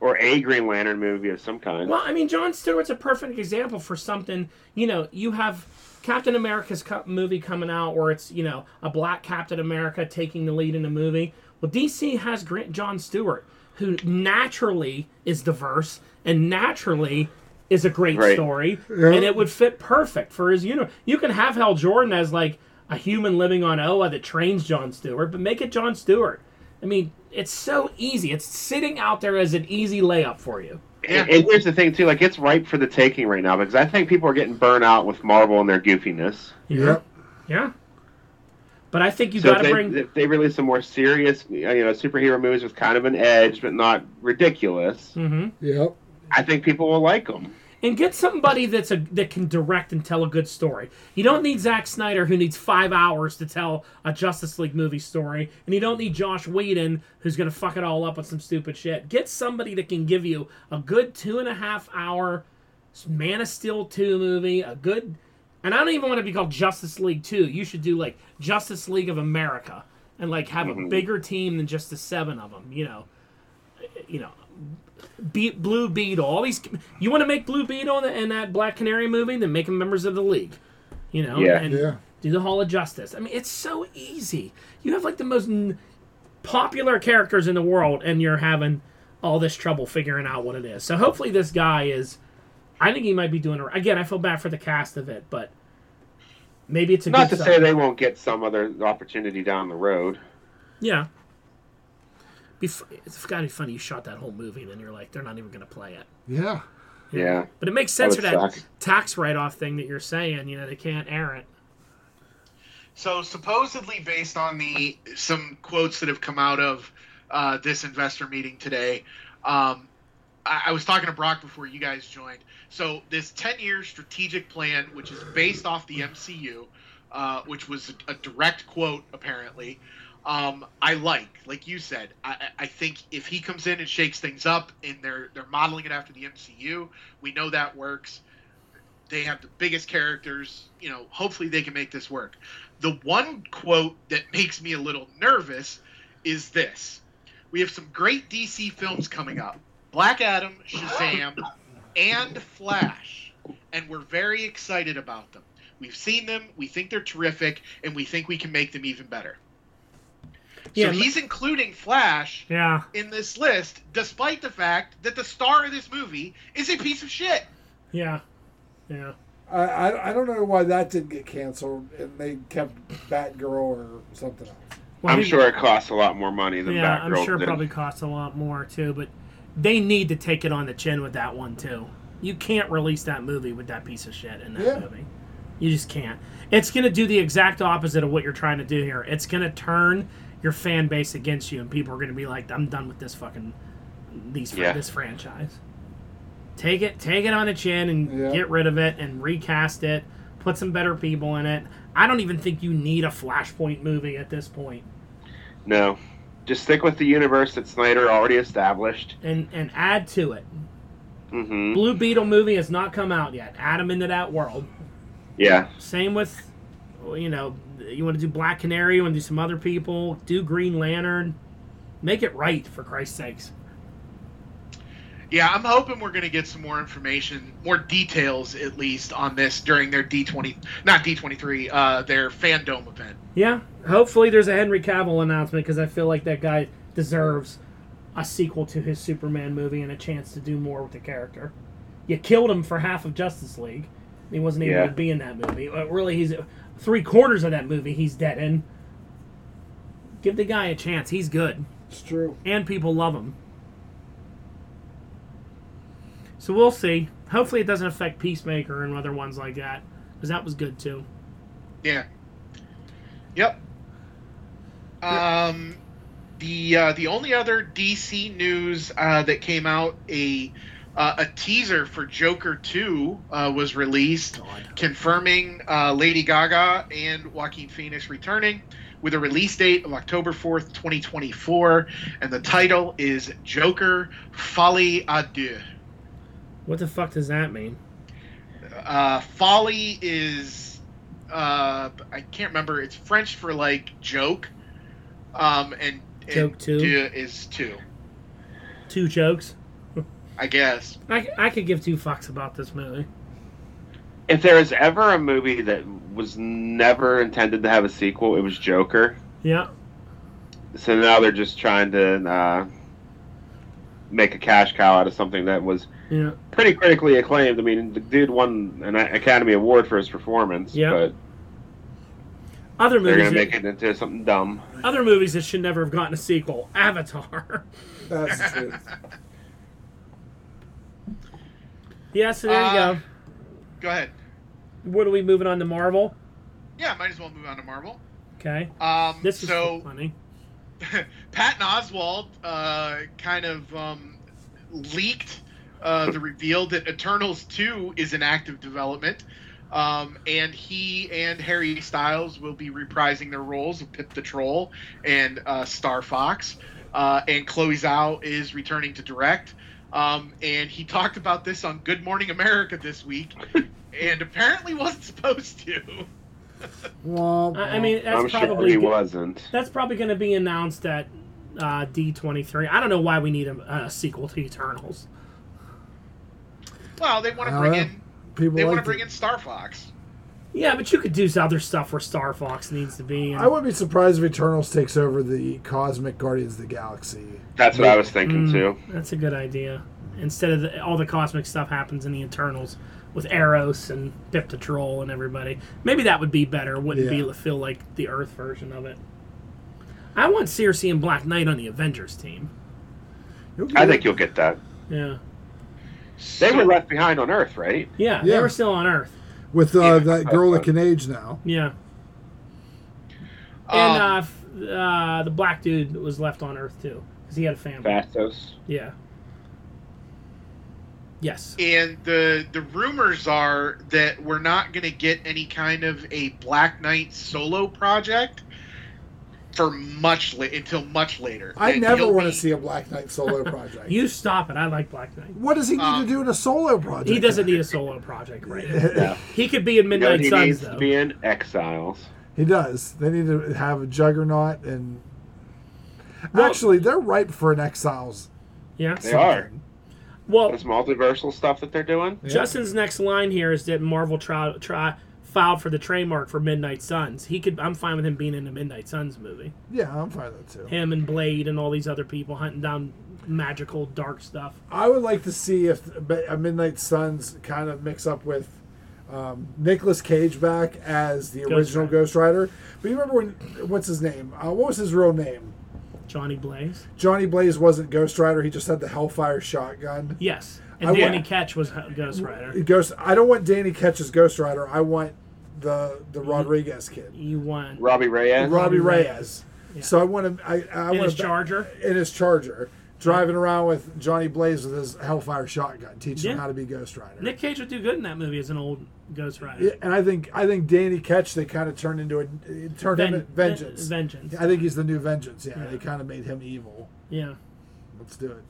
Or a Green Lantern movie of some kind.
Well, I mean, John Stewart's a perfect example for something. You know, you have Captain America's co- movie coming out where it's you know a black Captain America taking the lead in a movie. Well, DC has Grant John Stewart, who naturally is diverse and naturally is a great
Right.
story, and it would fit perfect for his universe. You can have Hal Jordan as like a human living on Oa that trains John Stewart, but make it John Stewart. I mean, it's so easy. It's sitting out there as an easy layup for you.
Yeah.
And, and here's the thing too, like it's ripe for the taking right now because I think people are getting burnt out with Marvel and their goofiness.
Yeah.
Yep.
Yeah. But I think you
so
got
if
to
they,
bring.
if they release some more serious, you know, superhero movies with kind of an edge but not ridiculous,
Mhm.
Yep.
I think people will like them.
And get somebody that's a that can direct and tell a good story. You don't need Zack Snyder who needs five hours to tell a Justice League movie story, and you don't need Josh Whedon who's gonna fuck it all up with some stupid shit. Get somebody that can give you a good two and a half hour Man of Steel two movie, a good, and I don't even want to be called Justice League two. You should do like Justice League of America and like have a bigger team than just the seven of them. You know, you know, Be- Blue Beetle. All these you want to make Blue Beetle and, and that Black Canary movie, then make them members of the league. You know,
Yeah.
and
Yeah.
do the Hall of Justice. I mean, it's so easy. You have like the most n- popular characters in the world, and you're having all this trouble figuring out what it is. So hopefully, this guy is. I think he might be doing. it- Again, I feel bad for the cast of it, but maybe it's a
Not to
good
say
sign.
they won't get some other opportunity down the road.
Yeah. Be fu- It's gotta be funny. You shot that whole movie, and then you're like, they're not even gonna play it.
Yeah.
Yeah.
But it makes sense for
would
that
suck.
tax write-off thing that you're saying. You know, they can't air it.
So supposedly, based on the some quotes that have come out of uh, this investor meeting today, Um, I, I was talking to Brock before you guys joined. So this ten-year strategic plan, which is based off the MCU, uh, which was a direct quote apparently. Um, I like, like you said, I, I think if he comes in and shakes things up, and they're they're modeling it after the MCU, we know that works. They have the biggest characters, you know. Hopefully, they can make this work. The one quote that makes me a little nervous is this: We have some great DC films coming up: Black Adam, Shazam, and Flash, and we're very excited about them. We've seen them, we think they're terrific, and we think we can make them even better.
Yeah,
so
m-
he's including Flash
Yeah.
in this list, despite the fact that the star of this movie is a piece of shit.
Yeah. Yeah.
I, I, I don't know why that did get canceled and they kept Batgirl or something else.
Well,
I'm
he-
sure it costs a lot more money than
Yeah,
Batgirl.
I'm sure it
did.
probably costs a lot more too, but they need to take it on the chin with that one too. You can't release that movie with that piece of shit in that
Yeah.
movie. You just can't. It's going to do the exact opposite of what you're trying to do here. It's going to turn your fan base against you, and people are going to be like, "I'm done with this fucking these fr-
Yeah.
this franchise." Take it, take it on the chin, and
Yeah.
get rid of it, and recast it. Put some better people in it. I don't even think you need a Flashpoint movie at this point.
No. Just stick with the universe that Snyder already established.
and and add to it.
Mm-hmm.
Blue Beetle movie has not come out yet. Add him into that world.
Yeah.
Same with, you know, you want to do Black Canary, you want to do some other people, do Green Lantern, make it right for Christ's sakes.
Yeah, I'm hoping we're going to get some more information, more details at least on this during their D20, not D23, uh, their fandom event.
Yeah, hopefully there's a Henry Cavill announcement because I feel like that guy deserves a sequel to his Superman movie and a chance to do more with the character. You killed him for half of Justice League. He wasn't able
Yeah.
to be in that movie. Uh, Really, he's three quarters of that movie he's dead in. Give the guy a chance. He's good,
It's true.
and people love him. So we'll see. Hopefully, it doesn't affect Peacemaker and other ones like that because that was good too.
Yeah. Yep. Um, the uh, the only other DC news uh, that came out a uh, a teaser for Joker two uh, was released, confirming uh, Lady Gaga and Joaquin Phoenix returning with a release date of October fourth, twenty twenty four, and the title is Joker Folly à Deux.
What the fuck does that mean?
Uh, folly is uh, I can't remember. It's French for like joke, um, and, and
Joke two?
deux is two,
Two jokes.
I guess.
I, I could give two fucks about this movie.
If there was ever a movie that was never intended to have a sequel, it was Joker.
Yeah.
So now they're just trying to uh, make a cash cow out of something that was
Yeah.
pretty critically acclaimed. I mean, the dude won an Academy Award for his performance,
Yeah.
but
Other
they're
movies,
going to
that,
make it into something dumb.
other movies that should never have gotten a sequel. *laughs* Avatar.
That's true.
*laughs* yeah. So there you
Uh,
go.
Go ahead.
What are we moving on to Marvel?
Yeah, might as well move on to Marvel.
Okay.
Um,
This is
so
funny.
Patton Oswald uh, kind of um, leaked uh, the reveal that Eternals 2 is in active development. Um, and he and Harry Styles will be reprising their roles of Pip the Troll and uh, Star Fox. Uh, and Chloe Zhao is returning to direct. Um, and he talked about this on Good Morning America this week,
*laughs*
and apparently wasn't supposed to.
Womp,
I, I mean, that's
I'm sure
probably
he
go-
wasn't.
that's probably going to be announced at uh, D23. I don't know why we need a, a sequel to Eternals.
Well, they want to
Oh,
bring
yeah.
in
People
they want to
like
bring
it.
in Star Fox.
Yeah, but you could do other stuff where Star Fox needs to be. And,
I wouldn't be surprised if Eternals takes over the Cosmic Guardians of the Galaxy.
That's what I was thinking,
Mm,
too.
That's a good idea. Instead of the, all the cosmic stuff happens in the Eternals with Eros and Pip the Troll and everybody. Maybe that would be better. Wouldn't
Yeah.
be feel like the Earth version of it. I want Cersei and Black Knight on the Avengers team.
I think you'll get that.
Yeah,
They
So-
were left behind on Earth, right?
yeah, they
Yeah.
were still on Earth.
with uh,
Yeah.
that girl that can age now.
Yeah,
Um,
and uh, f- uh, the black dude was left on Earth too because he had a family.
Fastos.
Yeah, Yes.
and the the rumors are that we're not going to get any kind of a Black Knight solo project for much la- until much later.
I
That
never
he'll
want to
be-
see a Black Knight
*laughs*
solo project.
You stop it. I like Black Knight.
What does he need
Um,
to do in a solo project?
He doesn't need a solo project
*laughs*
right now.
*laughs* No.
He could be in
You know
Midnight
what he
Suns
needs
though.
to be in Exiles.
He does. They need to have a juggernaut and.
Well-
Actually, they're ripe for an Exiles.
yeah.
They are.
Well,
This multiversal stuff that they're doing.
Justin's next line here is that Marvel try, try filed for the trademark for Midnight Suns. He could. I'm fine with him being in the Midnight Suns movie.
Yeah, I'm fine with that too.
Him and Blade and all these other people hunting down magical dark stuff.
I would like to see if a Midnight Suns kind of mix up with um, Nicholas Cage back as the original
Rider.
Ghost Rider. But you remember when? What's his name? Uh, what was his real name?
Johnny Blaze.
Johnny Blaze wasn't Ghost Rider. He just had the Hellfire shotgun.
Yes. And
I wa-
Danny Ketch was H- Ghost Rider.
Ghost. I don't want Danny Ketch's Ghost Rider. I want the the Rodriguez kid,
You won.
Robbie Reyes.
Robbie
Reyes.
Reyes. So I want to. I, I
In
want
his
to
Charger.
in his Charger, driving around with Johnny Blaze with his Hellfire shotgun, teaching him
Yeah.
how to be Ghost Rider.
Nick Cage would do good in that movie as an old Ghost Rider.
Yeah, and I think I think Danny Ketch they kind of turned into a it turned him
Ven-
into Vengeance.
Ven- vengeance.
I think he's the new Vengeance. Yeah,
Yeah.
they kind of made him evil.
Yeah.
Let's do it.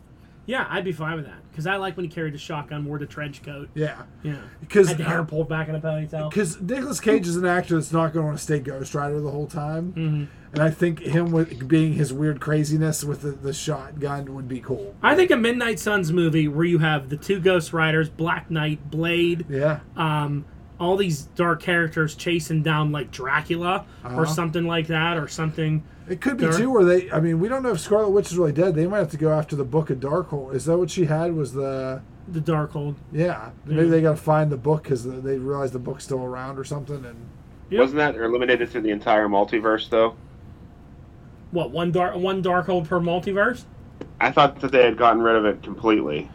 Yeah, I'd be fine with that because I like when he carried the shotgun, wore the trench coat.
Yeah,
Yeah,
because
had the hair pulled back in a ponytail.
because Nicolas Cage is an actor that's not going to want to stay Ghost Rider the whole time, mm-hmm. and I think him with being his weird craziness with the, the shotgun would be cool.
I think a Midnight Suns movie where you have the two Ghost Riders, Black Knight, Blade,
Yeah,
um, all these dark characters chasing down like Dracula
Uh-huh.
or something like that, or something.
it could be
Sure.
too where they. I mean, we don't know if Scarlet Witch is really dead. They might have to go after the Book of Darkhold. Is that what she had? Was the
The Darkhold.
yeah? Maybe
Hmm.
they got to find the book because they realize the book's still around or something and.
Wasn't that eliminated through the entire multiverse though?
What one dark one Darkhold per multiverse?
I thought that they had gotten rid of it completely.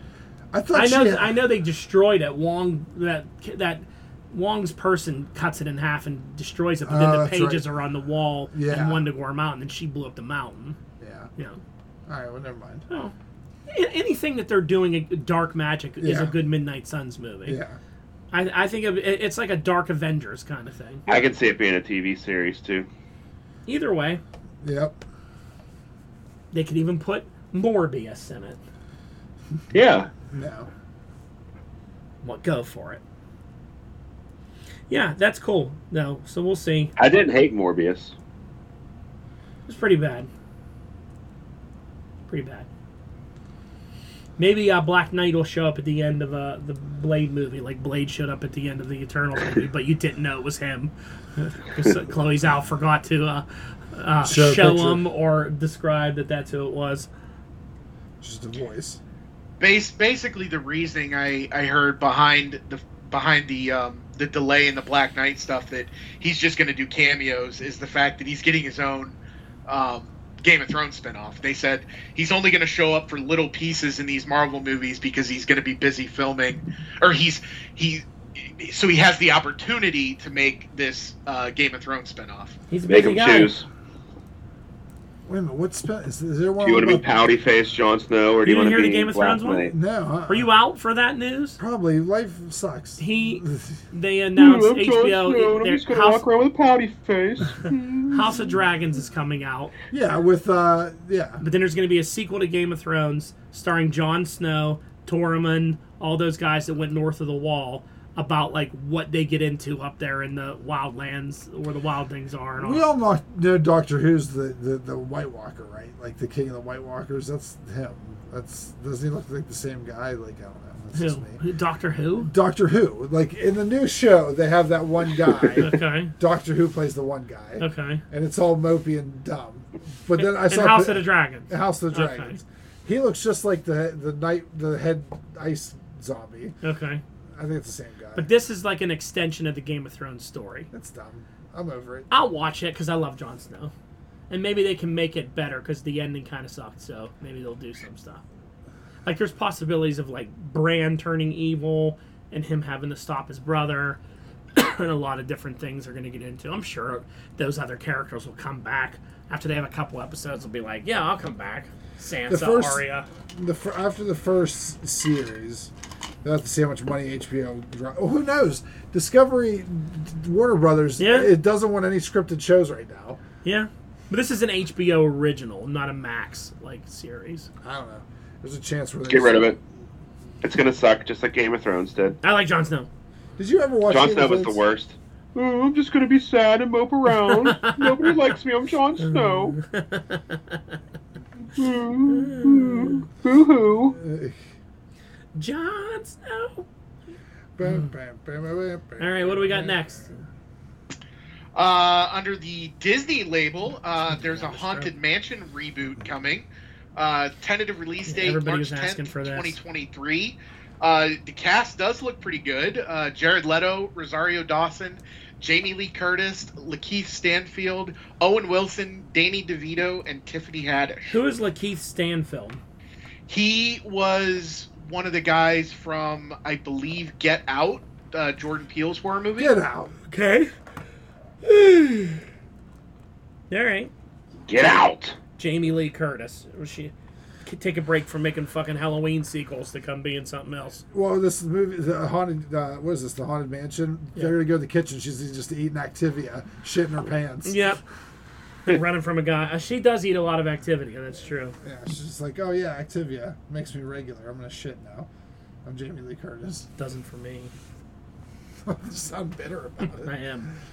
I thought
I know.
she had-
I know they destroyed it. Wong that that Wong's person cuts it in half and destroys it, but
Oh,
then the
that's
pages are on the wall
Yeah.
in Wondagore Mountain, and she blew up the mountain.
Yeah.
Yeah.
All right. Well, never mind.
Oh. A- Anything that they're doing, uh, dark magic, is
Yeah.
a good Midnight Suns movie.
Yeah.
I, I think of, it- it's like a Dark Avengers kind of thing.
I could see it being a TV series too.
Either way,
Yep.
they could even put Morbius in it.
Yeah.
No.
Well, go for it. Yeah, that's cool though. So we'll see.
I didn't hate Morbius.
It's pretty bad. Pretty bad. Maybe uh, Black Knight will show up at the end of uh, the Blade movie, like Blade showed up at the end of the Eternals movie, but you didn't know it was him. *laughs* 'Cause uh, Chloe Zhao forgot to uh, uh,
Show
show,
a picture.
him or describe that that's who it was.
Just a voice.
Bas- basically the reasoning I, I heard behind the behind the um, the delay in the Black Knight stuff that he's just going to do cameos is the fact that he's getting his own um, Game of Thrones spinoff. They said he's only going to show up for little pieces in these Marvel movies because he's going to be busy filming, or he's he so he has the opportunity to make this uh, Game of Thrones spinoff.
He's a
Make
busy
him
guy.
choose.
Wait a minute. What's spe- is, is there
Do
one?
you want to be
about-
pouty faced Jon Snow, or do
You
you,
didn't
want to
hear
be
the Game of
Black
Thrones one?
Knight?
No. Uh,
Were you out for that news?
Probably life sucks.
He they announced HBO their House,
around with a pouty face.
House of Dragons is coming out.
*laughs* yeah. With uh. Yeah.
But then there's going to be a sequel to Game of Thrones starring Jon Snow, Tormund, all those guys that went north of the Wall about like what they get into up there in the wildlands where the wild things are and all.
We all know, know Doctor Who's the, the the White Walker, right? Like the King of the White Walkers. That's him. That's does he look like the same guy? Like I don't know. That's
who?
just me.
Who- Doctor
*laughs*
Who.
Doctor Who. Like in the new show, they have
*laughs*
that one guy.
Okay.
Doctor Who plays the one guy,
Okay.
and it's all mopey and dumb. But then I
And
saw
House
pi-
of the Dragon.
House of the
Okay.
Dragons. He looks just like the the night the head ice zombie.
Okay.
I think it's the same guy.
But this is like an extension of the Game of Thrones story.
That's dumb. I'm over it.
I'll watch it because I love Jon Snow, and maybe they can make it better because the ending kind of sucked. So maybe they'll do some stuff. Like there's possibilities of like Bran turning evil and him having to stop his brother, *coughs* and a lot of different things are going to get into. I'm sure those other characters will come back after they have a couple episodes. Will be like, yeah, I'll come back. Sansa,
first-
Arya.
The fir- after the first series, We'll have to see how much money HBO. Dro- oh, who knows? Discovery, Warner Brothers.
Yeah.
It doesn't want any scripted shows right now.
Yeah. But this is an HBO original, not a Max like series.
I don't know. There's a chance where they
Get rid of it. It's gonna suck, just like Game of Thrones did.
I like Jon Snow.
Did you ever watch?
Jon
Game
Snow
of
was the
Thrones?
worst. Oh, I'm just gonna be sad and mope around.
*laughs*
Nobody likes me. I'm Jon Snow. Boo
Uh,
hoo.
Hmm. Jon Snow.
Bam, bam, bam, bam, bam,
All right, what do we got
bam.
next?
Uh, under the Disney label, uh, there's a Haunted Mansion reboot coming. Uh, tentative release date
Everybody
March
was asking
10th,
for this.
2023. Uh, the cast does look pretty good. Uh, Jared Leto, Rosario Dawson, Jamie Lee Curtis, Lakeith Stanfield, Owen Wilson, Danny DeVito, and Tiffany Haddish.
Who is Lakeith Stanfield?
He was one of the guys from, I believe, Get Out, uh, Jordan Peele's horror movie.
Get out.
Okay. *sighs* All right.
Get out.
Jamie Lee Curtis. Was she could take a break from making fucking Halloween sequels to come being something else.
Well, this is the movie, the haunted. Uh, what is this? The haunted mansion. They're gonna go to the kitchen. She's just eating Activia, shit in her
*laughs*
pants.
Yep. Running from a guy. Uh, She does eat a lot of activity. That's true.
Yeah, she's just like, oh yeah, Activia makes me regular. I'm gonna shit now. I'm Jamie Lee Curtis.
Doesn't for me.
I *laughs* sound bitter about
I
it.
am. *laughs*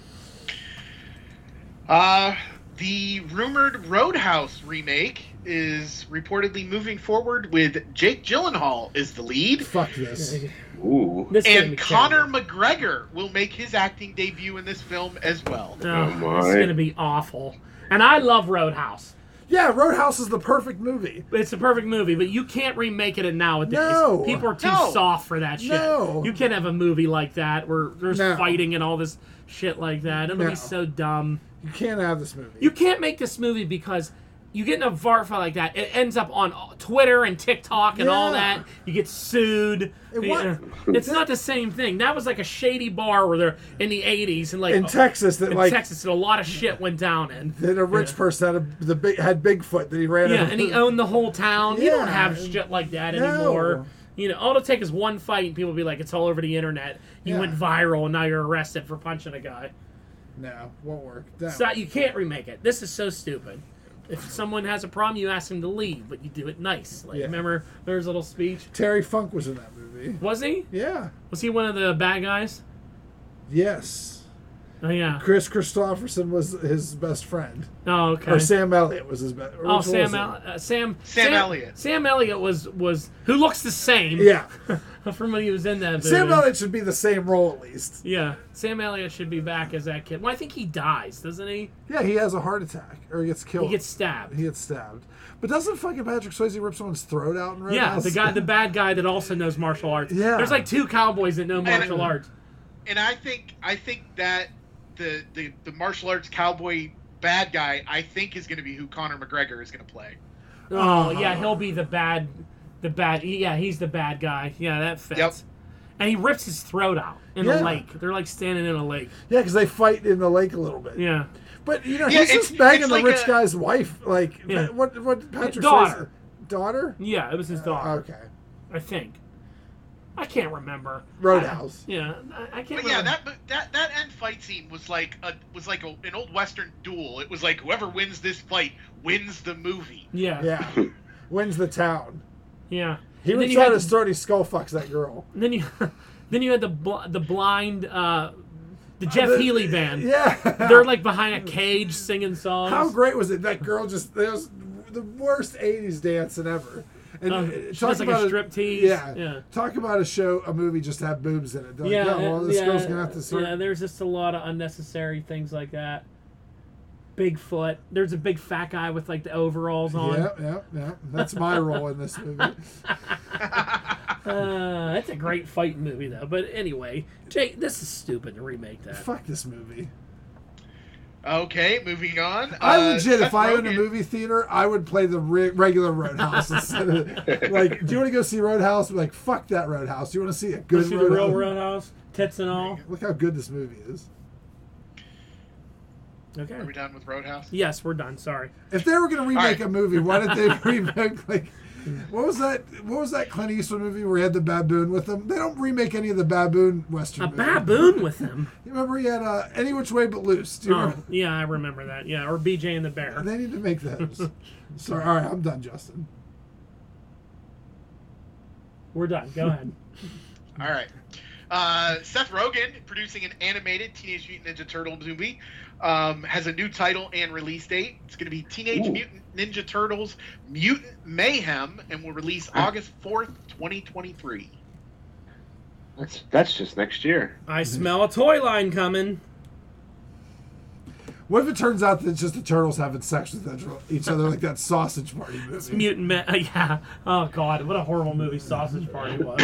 Uh, the rumored Roadhouse remake is reportedly moving forward with Jake Gyllenhaal is the lead,
Fuck this.
Ooh.
This is gonna be
and Connor
terrible.
McGregor will make his acting debut in this film as well.
Oh,
Oh,
this is
my.
gonna be awful. And I love Roadhouse.
Yeah, Roadhouse is the perfect movie.
It's a perfect movie, but you can't remake it nowadays.
No.
People are too
No.
soft for that shit.
No.
You can't have a movie like that where there's
No.
fighting and all this shit like that. It'll
No.
be so dumb.
You can't have this movie.
You can't make this movie because you get in a VAR fight like that. It ends up on Twitter and TikTok and all
Yeah.
that. You get sued.
It wa-
You know, it's not the same thing. That was like a shady bar where they're in the 80s and like
in Texas that
in
like
Texas and a lot of shit went down in.
that a rich person had a, the big had Bigfoot that he ran.
Yeah,
over.
and he owned the whole town. You don't
Yeah.
have shit like that
No.
anymore. You know, all it'll take is one fight, and people will be like, "It's all over the internet. You
Yeah.
went viral, and now you're arrested for punching a guy."
No, won't work. No.
So you can't remake it. This is so stupid. If someone has a problem, you ask them to leave, but you do it nice. Like
Yeah.
remember there's a little speech.
Terry Funk was in that movie.
Was he?
Yeah.
Was he one of the bad guys?
Yes.
Oh yeah.
Chris Christopherson was his best friend,
Oh okay.
or Sam Elliott was his best.
oh Sam, El- uh, Sam.
Sam Elliott.
Sam Elliott was was who looks the same.
Yeah,
*laughs* From when he was in that. Movie.
Sam Elliott should be the same role at least.
Yeah, Sam Elliott should be back as that kid. Well, I think he dies, doesn't he?
Yeah, he has a heart attack or he gets killed.
He gets stabbed.
He gets stabbed. But doesn't fucking Patrick Swayze rip someone's throat out in Roadhouse?
Yeah, the guy, the bad guy that also knows martial arts.
Yeah.
there's like two cowboys that know martial arts.
And I think I think that the the, the martial arts cowboy bad guy I think is going to be who Connor McGregor is going to play.
Oh
Oh.
yeah, he'll be the bad, the bad. Yeah, he's the bad guy. Yeah, that fits.
Yep.
And he rips his throat out in a
Yeah.
lake. They're like standing in a lake.
Yeah, because they fight in the lake a little bit.
Yeah.
But you know,
Yeah,
he's
it's-
just banging
it's
the
like
rich
a-
guy's wife. Like
Yeah.
what? What? Patrick
Daughter.
Swayze daughter?
Yeah, it was his daughter,
Okay,
I think. I can't remember.
Uh, Roadhouse.
I- yeah, I, I can't.
But yeah,
remember.
that that that end fight scene was like a was like a, an old western duel. It was like whoever wins this fight wins the movie.
Yeah, yeah. *laughs*
Yeah, wins the town.
yeah.
He
And then
rips
you had
out
the-
his throat. He skull fucks that girl.
And then you, *laughs* then you had the bl- the blind, uh, the Jeff
the-
Healy band.
Yeah,
They're like behind a cage singing songs.
*laughs* how great was it? That girl just that was the worst '80s dancing ever. And
Uh,
uh,
she
talk
does, like a
about
strip tease.
Yeah,
Yeah.
Talk about a show, a movie just have boobs in it. They're like,
Yeah,
"Oh, well, this
yeah,
girl's gonna have to. Start,
yeah. There's just a lot of unnecessary things like that. Bigfoot. There's a big fat guy with like the overalls on.
yeah, yeah, yeah. That's my role in
*laughs*
this movie.
Uh, that's a great fight movie though. But anyway, Jake, this is stupid to remake that.
*laughs* Fuck this movie.
Okay, moving on.
I
Uh,
legit,
Seth
if I owned a
Rogen-
movie theater, I would play the re- regular Roadhouse instead of
*laughs*
like. Do you want to go see Roadhouse? Like, fuck that Roadhouse. You want to see a good
Let's do the
Roadhouse?
real Roadhouse, tits and all.
Look how good this movie is.
Okay.
Are we done with Roadhouse?
Yes, we're done. Sorry.
If they were going to remake
right. *laughs*
a movie, why didn't they remake like What was that? What was that Clint Eastwood movie where he had the baboon with him? They don't remake any of the baboon western.
A
movies.
baboon with
*laughs*
him.
You remember he had uh, any which way but loose. Do you
Oh,
remember?
yeah, I remember that. Yeah, or BJ and the Bear.
They need to
*laughs*
make those. Sorry, all right, I'm done, Justin.
We're done. Go ahead.
All right. Uh, Seth Rogen, producing an animated Teenage Mutant Ninja Turtle movie, um, has a new title and release date. It's going to be Teenage
Ooh.
Mutant Ninja Turtles Mutant Mayhem and will release August 4th, 2023.
That's that's just next year.
*laughs* I smell a toy line coming.
What if it turns out that it's just the turtles having sex with each other- each other like that sausage party movie?
Mutant Ma- *laughs* yeah. Oh god, what a horrible movie Sausage Party was.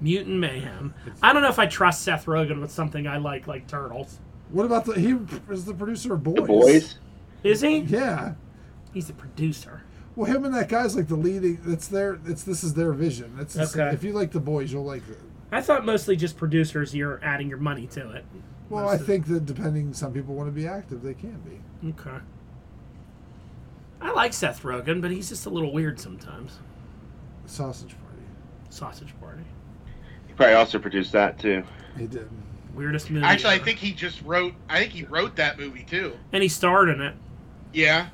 Mutant Mayhem. I don't know if I trust Seth Rogen with something I like like turtles.
What about the? He is the producer of Boys.
The boys.
Is he?
Yeah.
He's a producer.
Well, him and that guy's like the leading. It's their. It's this is their vision. It's
Okay.
if you like the boys, you'll like it.
I thought mostly just producers you're adding your money to it.
Well, I think that depending, some people want to be active, they can be.
Okay. I like Seth Rogen, but he's just a little weird sometimes.
Sausage party.
Sausage Party.
He probably also produced that too.
He did.
Weirdest movie.
Actually, I
ever.
think he just wrote. I think he wrote that movie too.
and he starred in it.
Yeah.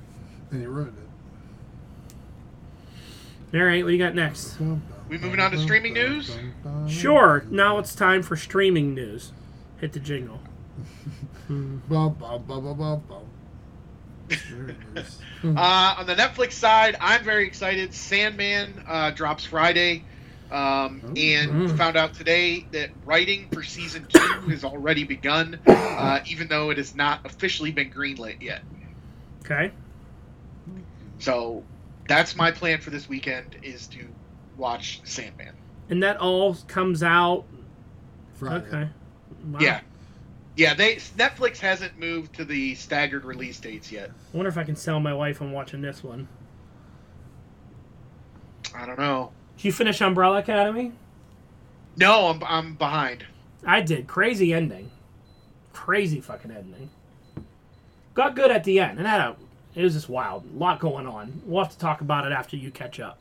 And he ruined it.
All right, what do you got next?
We moving on to streaming news?
Sure. Now it's time for streaming news. Hit the jingle.
Bum, bum, bum, bum, bum, bum. Streaming
*laughs*
news.
Uh, on the Netflix side, I'm very excited. Sandman uh, drops Friday, um, and
Mm.
found out today that writing for season two has already begun, uh, even though it has not officially been greenlit yet.
Okay.
So that's my plan for this weekend: is to watch Sandman.
And that all comes out.
Friday.
Okay. Wow.
Yeah, yeah. They Netflix hasn't moved to the staggered release dates yet.
I wonder if I can sell my wife on watching this one.
I don't know.
Did you finish Umbrella Academy?
No, I'm I'm behind.
I did. Crazy ending. Crazy fucking ending. Got good at the end, and had a it was just wild. A lot going on. We'll have to talk about it after you catch up.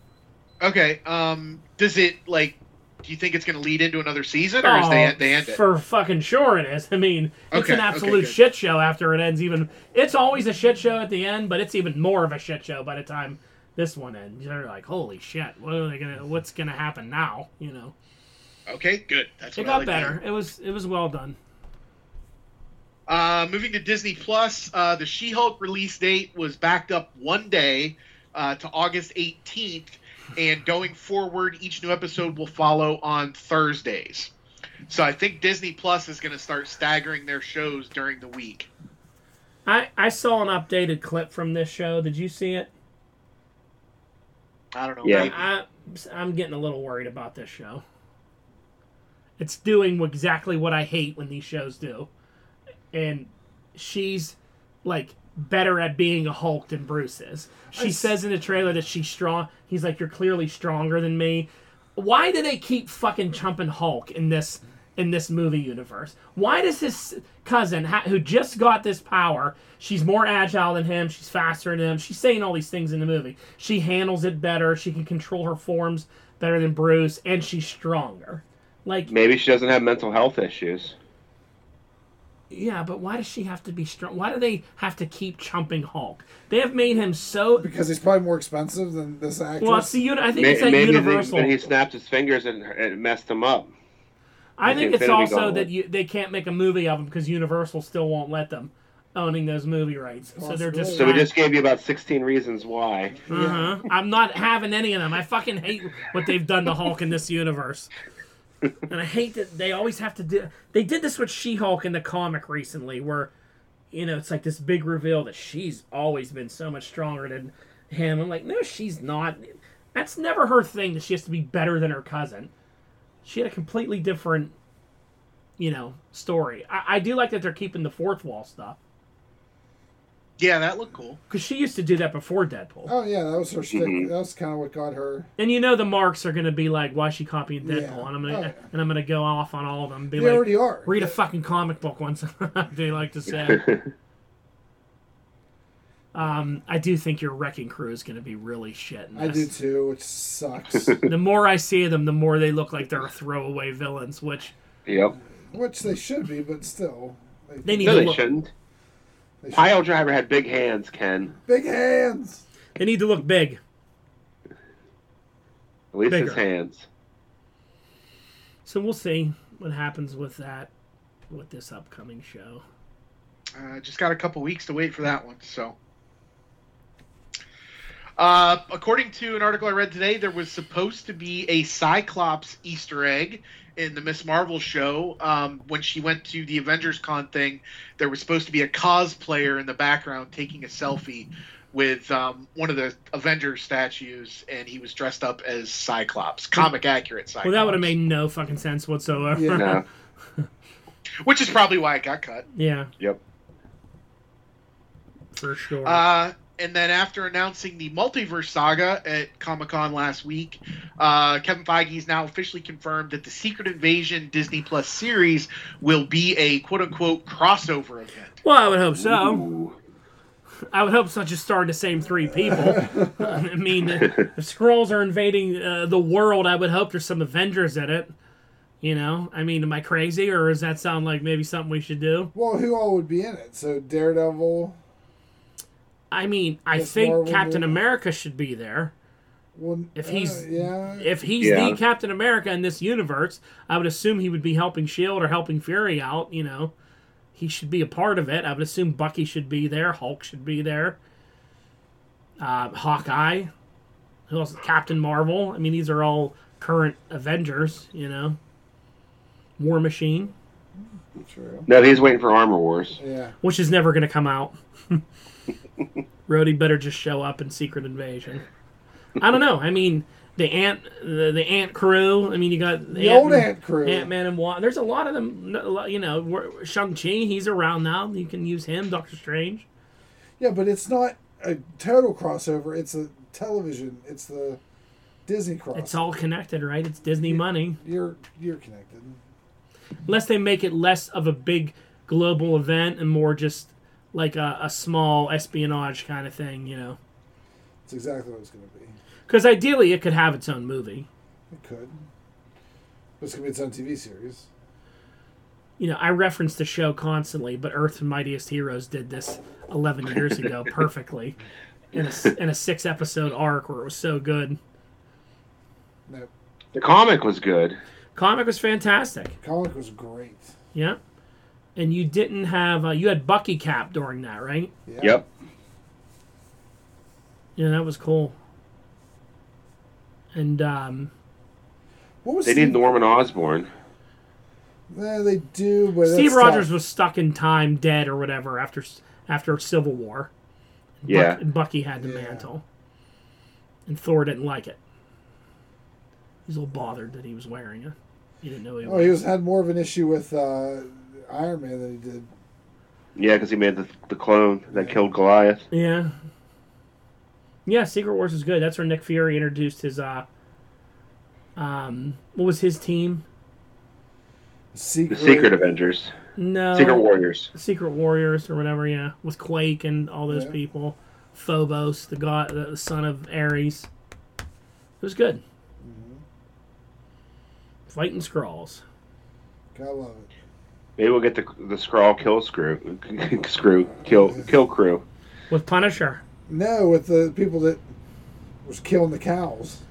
Okay. Um, does it like? Do you think it's going to lead into another season, or is they
Oh,
they end it?
for fucking sure it is. I mean, it's
Okay,
an
okay,
absolute
good.
shit show after it ends. Even it's always a shit show at the end, but it's even more of a shit show by the time this one ends. They're like, holy shit, what are they gonna? What's gonna happen now? You know,
Okay, good. That's
it
what I
got
like to
better.
hear.
It was it was well done.
Uh, moving to Disney Plus, uh, the She-Hulk release date was backed up one day uh, to August 18th, and going forward, each new episode will follow on Thursdays. So I think Disney Plus is going to start staggering their shows during the week.
I I saw an updated clip from this show. Did you see it?
I don't know.
Yeah.
maybe.
I I'm getting a little worried about this show. It's doing exactly what I hate when these shows do, and she's like better at being a Hulk than Bruce is. She says in the trailer that she's strong. He's like, "You're clearly stronger than me." Why do they keep fucking chumping Hulk in this in this movie universe? Why does his cousin, ha- who just got this power, she's more agile than him, she's faster than him, she's saying all these things in the movie. She handles it better, she can control her forms better than Bruce, and she's stronger. Like,
Maybe she doesn't have mental health issues.
yeah, but why does she have to be strong? Why do they have to keep chumping Hulk? They have made him so.
because he's probably more expensive than this actress.
Well, see, uni- I think
May-
it's that
Maybe they,
universal.
when he snapped his fingers and it messed him up.
I
The
think it's
Infinity
also
Gauntlet.
that you, they can't make a movie of them because Universal still won't let them owning those movie rights. So they're just.
So we just gave you about 16 reasons why.
Uh huh. I'm not having any of them. I fucking hate what they've done to Hulk in this universe. And I hate that they always have to do. They did this with She Hulk in the comic recently, where, you know, it's like this big reveal that she's always been so much stronger than him. I'm like, no, she's not. That's never her thing that she has to be better than her cousin. She had a completely different, you know, story. I, I do like that they're keeping the fourth wall stuff
yeah, that looked cool.
because she used to do that before Deadpool.
oh yeah, that was her shtick.
Mhm.
That was kind of what got her.
And you know the marks are gonna be like, why is she copying Deadpool?
Yeah.
And I'm gonna
Oh, yeah.
and I'm gonna go off on all of them. And be
They
like,
already are.
*laughs*
*laughs*
read a fucking comic book once. they like to say. Um, I do think your wrecking crew is going to be really shit. in
I do
this.
too, which sucks.
The more I see them, the more they look like they're throwaway villains, which
Yep.
which they should be, but still.
they need
No,
to
they
look.
shouldn't.
They should-
Pile driver had big hands, Ken.
Big hands.
They need to look big.
At least his
Bigger. *laughs*
hands.
So we'll see what happens with that, with this upcoming show.
Uh, just got a couple weeks to wait for that one. So, uh, according to an article I read today, there was supposed to be a Cyclops Easter egg in the Miss Marvel show. Um, when she went to the Avengers Con thing, there was supposed to be a cosplayer in the background taking a selfie with um, one of the Avengers statues, and he was dressed up as Cyclops, comic accurate Cyclops.
Well, that would have made no fucking sense whatsoever.
Yeah.
No.
which is probably why it got cut.
*laughs* Yeah,
Yep.
for sure.
Uh, and then after announcing the multiverse saga at Comic Con last week, uh, Kevin Feige is now officially confirmed that the Secret Invasion Disney Plus series will be a quote unquote crossover event.
well, I would hope so.
Ooh.
I would hope it's not just starring the same three people. I mean, if scrolls are invading uh, the world, I would hope there's some Avengers in it. You know, I mean, am I crazy, or does that sound like maybe something we should do?
Well, who all would be in it? So Daredevil.
I mean, I
Miss
think
Marvel
Captain
movie.
America should be there.
Well,
If
uh,
he's-
yeah,
If he's
Yeah.
the Captain America in this universe, I would assume he would be helping Shield E or helping Fury out. You know, he should be a part of it. I would assume Bucky should be there, Hulk should be there, uh, Hawkeye. Who else? Captain Marvel. I mean, these are all current Avengers. You know, War Machine,
true.
No, he's waiting for Armor Wars.
Yeah,
which is never going to come out. *laughs* Rhodey better just show up in Secret Invasion. I don't know. I mean, the ant, the, the ant crew. I mean, you got
the old
Ant-Man-
Ant crew.
Ant Man and Wasp. There's a lot of them. a lot- You know, Shang Chi. He's around now. You can use him. Doctor Strange.
Yeah, but it's not a total crossover. It's a television. It's the Disney crossover.
It's all connected, right? It's Disney money.
you're you're connected.
Unless they make it less of a big global event and more just like a, a small espionage kind of thing, you know.
It's exactly what it's going to be.
Because ideally, it could have its own movie.
It could. But it's going to be its own TV series.
You know, I reference the show constantly, but Earth's Mightiest Heroes did this 11 years ago perfectly in a, s- in a six episode arc where it was so good.
No,
The comic was good.
Comic was fantastic.
comic was great.
Yeah. And you didn't have uh, you had Bucky Cap during that, right?
Yeah.
Yep.
Yeah, that was cool. And um,
What was
They
Steve?
need Norman Osborn.
Yeah, they do, but
Steve
that's
Rogers
tough.
was stuck in time, dead or whatever after after Civil War.
Yeah.
Buck, Bucky had the
Yeah.
mantle, and Thor didn't like it. He was a little bothered that he was wearing it. He didn't know he
Oh,
was.
he was had more of an issue with uh, Iron Man than he did.
Yeah, because he made the, the clone that killed Goliath.
Yeah. Yeah, Secret Wars is good. That's where Nick Fury introduced his uh um what was his team?
Secret.
The Secret Avengers.
No.
Secret Warriors.
Secret Warriors or whatever, yeah, with Quake and all those
Yeah.
people. Phobos, the god, the son of Ares. It was good.
Mm-hmm.
Fighting Skrulls.
I love it.
Maybe we'll get the the Skrull *laughs* kill screw, screw kill kill crew.
with Punisher.
No, with the people that was killing the cows.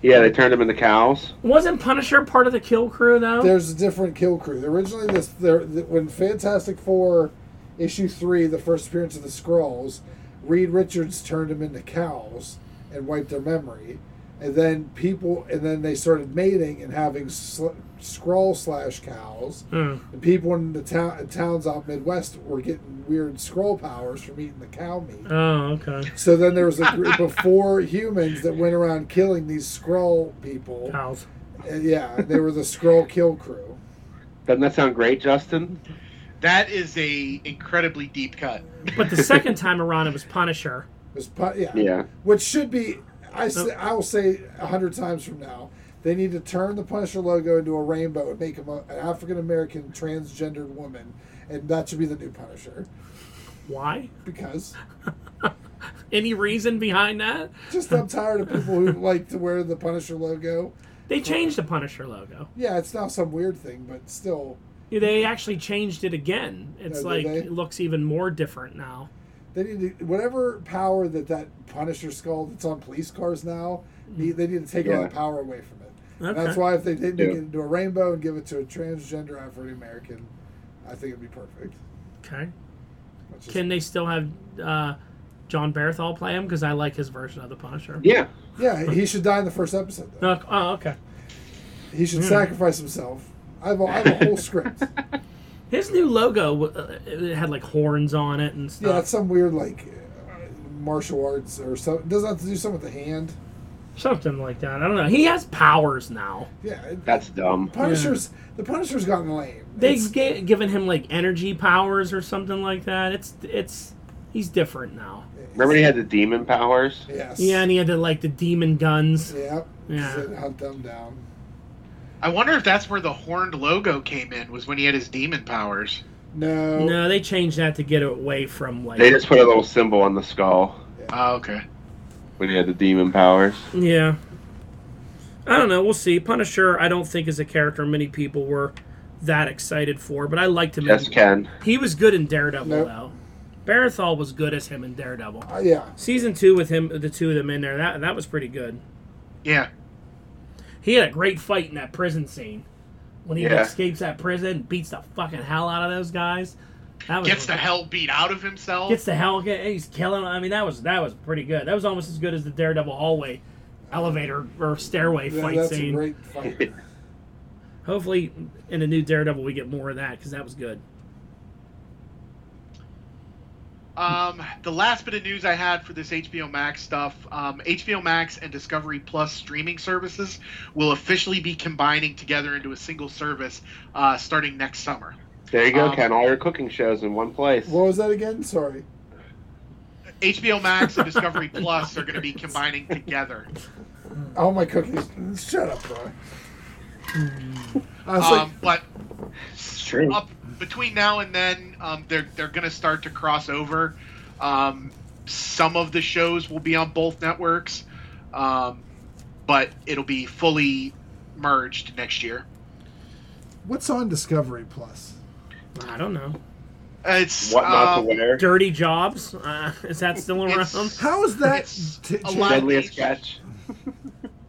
Yeah, they turned him into cows.
Wasn't Punisher part of the Kill Crew though?
There's a different kill crew. Originally, this there th- when Fantastic Four issue three, the first appearance of the Skrulls, Reed Richards turned them into cows and wiped their memory, and then people and then they started mating and having sl- Skrull slash cows.
Hmm.
And people in the town towns out Midwest were getting weird Skrull powers from eating the cow meat.
Oh, okay.
So then there was a group of four humans that went around killing these Skrull people.
Pals.
And yeah, they were the Skrull kill crew.
Doesn't that sound great, Justin?
That is a incredibly deep cut.
But the second time around, it was Punisher.
It was pu- yeah.
Yeah.
Which should be, I say, I will say a hundred times from now, they need to turn the Punisher logo into a rainbow and make him a, an African American transgendered woman, and that should be the new Punisher
Why?
because
any reason behind that.
Just I'm tired of people who like to wear the Punisher logo.
They changed the Punisher logo.
Yeah, it's now some weird thing, but still,
They actually changed it again. It's
Oh,
like
did they?
it looks even more different now.
they need to, whatever power that that Punisher skull that's on police cars now. Need, they need to take all
Yeah.
that power away from it. And
Okay.
that's why if they didn't
Yeah.
get into a rainbow and give it to a transgender African American, I think it'd be perfect.
Okay.
That's just-
Can they still have uh, John Barthol play him? Because I like his version of the Punisher.
Yeah.
yeah, he should die in the first episode. Though.
No, oh, okay.
He should sacrifice himself. I have a, I have a
*laughs*
whole script.
His new logo uh, it had like horns on it and
Yeah, it's
stuff.
some weird like uh, martial arts or something. It doesn't have to do something with the hand.
Something like that. I don't know. He has powers now.
Yeah, it-
That's dumb.
Punisher's the Punisher's gotten lame.
They've ga- given him like energy powers or something like that. It's it's he's different now.
Remember he had the demon powers?
Yes.
Yeah, and he had the, like the demon guns.
Yeah.
Yeah.
Just Hunt them down.
I wonder if that's where the horned logo came in. Was when he had his demon powers.
No.
No, they changed that to get away from like
They just put a little symbol on the skull
Oh, okay.
when he had the demon powers.
Yeah. I don't know. We'll see. Punisher, I don't think is a character many people were that excited for, but I liked him.
Yes, Ken.
He was good in Daredevil
Nope.
though. Barathol was good as him in Daredevil.
Uh, yeah.
Season two with him, the two of them in there, that that was pretty good.
Yeah.
He had a great fight in that prison scene when he
Yeah.
escapes that prison, beats the fucking hell out of those guys. That was
Gets the hell beat out of himself.
gets the hell get- he's killing. 'em. I mean, that was that was pretty good. That was almost as good as the Daredevil hallway elevator or stairway
Th-
fight
that's
scene. *laughs*
a great fight.
Hopefully, in the new Daredevil, we get more of that because that was good.
Um, the last bit of news I had for this HBO Max stuff um, HBO Max and Discovery Plus streaming services will officially be combining together into a single service uh, starting next summer.
There you go,
Um,
Ken. All your cooking shows in one place.
what was that again? Sorry.
HBO Max
*laughs*
and Discovery Plus are going to be combining together.
Oh my cookies. Shut up, bro. I was like,
Um, but
It's true.
up between now and then, um, they're they're going to start to cross over. Um, some of the shows will be on both networks, um, but it'll be fully merged next year.
what's on Discovery Plus?
I don't know.
It's
What not
uh,
um,
to wear?
Dirty Jobs uh, *laughs* is that still
It's-
around?
How is that?
It's
t-
a
ch-
lot-
Deadliest catch.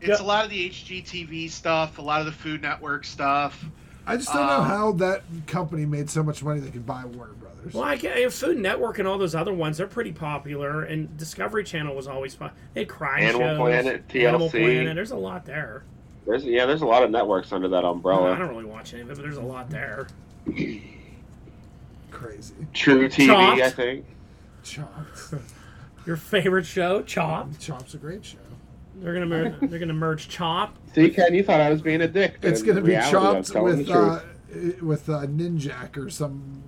It's
Yeah.
a lot of the HGTV stuff, a lot of the Food Network stuff.
I just don't know
Um,
how that company made so much money they could buy Warner Brothers.
Well, I can't, Food Network and all those other ones they're pretty popular, and Discovery Channel was always fun. They had crime
Animal
shows,
Planet,
Animal
TLC.
Planet. There's a lot there.
There's yeah, there's a lot of networks under that
I
umbrella.
don't really watch any of it, but there's a lot there.
Crazy.
True TV,
Chopped.
I think.
Chopped.
Your favorite show, Chopped.
Chopped's a great show.
They're gonna mer- *laughs* they're gonna merge Chopped.
See, Ken, you thought I was being a dick. but
It's
in
going to be
reality, I was
chopped
telling
with
the truth.
uh, i- with uh, Ninjak or some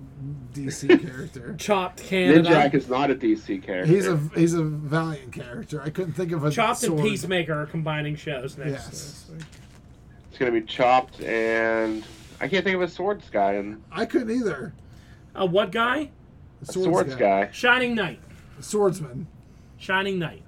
DC *laughs* character.
Chopped Canada.
Ninjak is not a DC character.
He's a he's a valiant character. I couldn't think of a
Chopped
sword.
and Peacemaker are combining shows next.
Yes.
It's gonna be chopped and I can't think of a swords guy and
I couldn't either.
Uh, what guy?
a swords, guy.
Shining Knight.
Swordsman.
Shining Knight.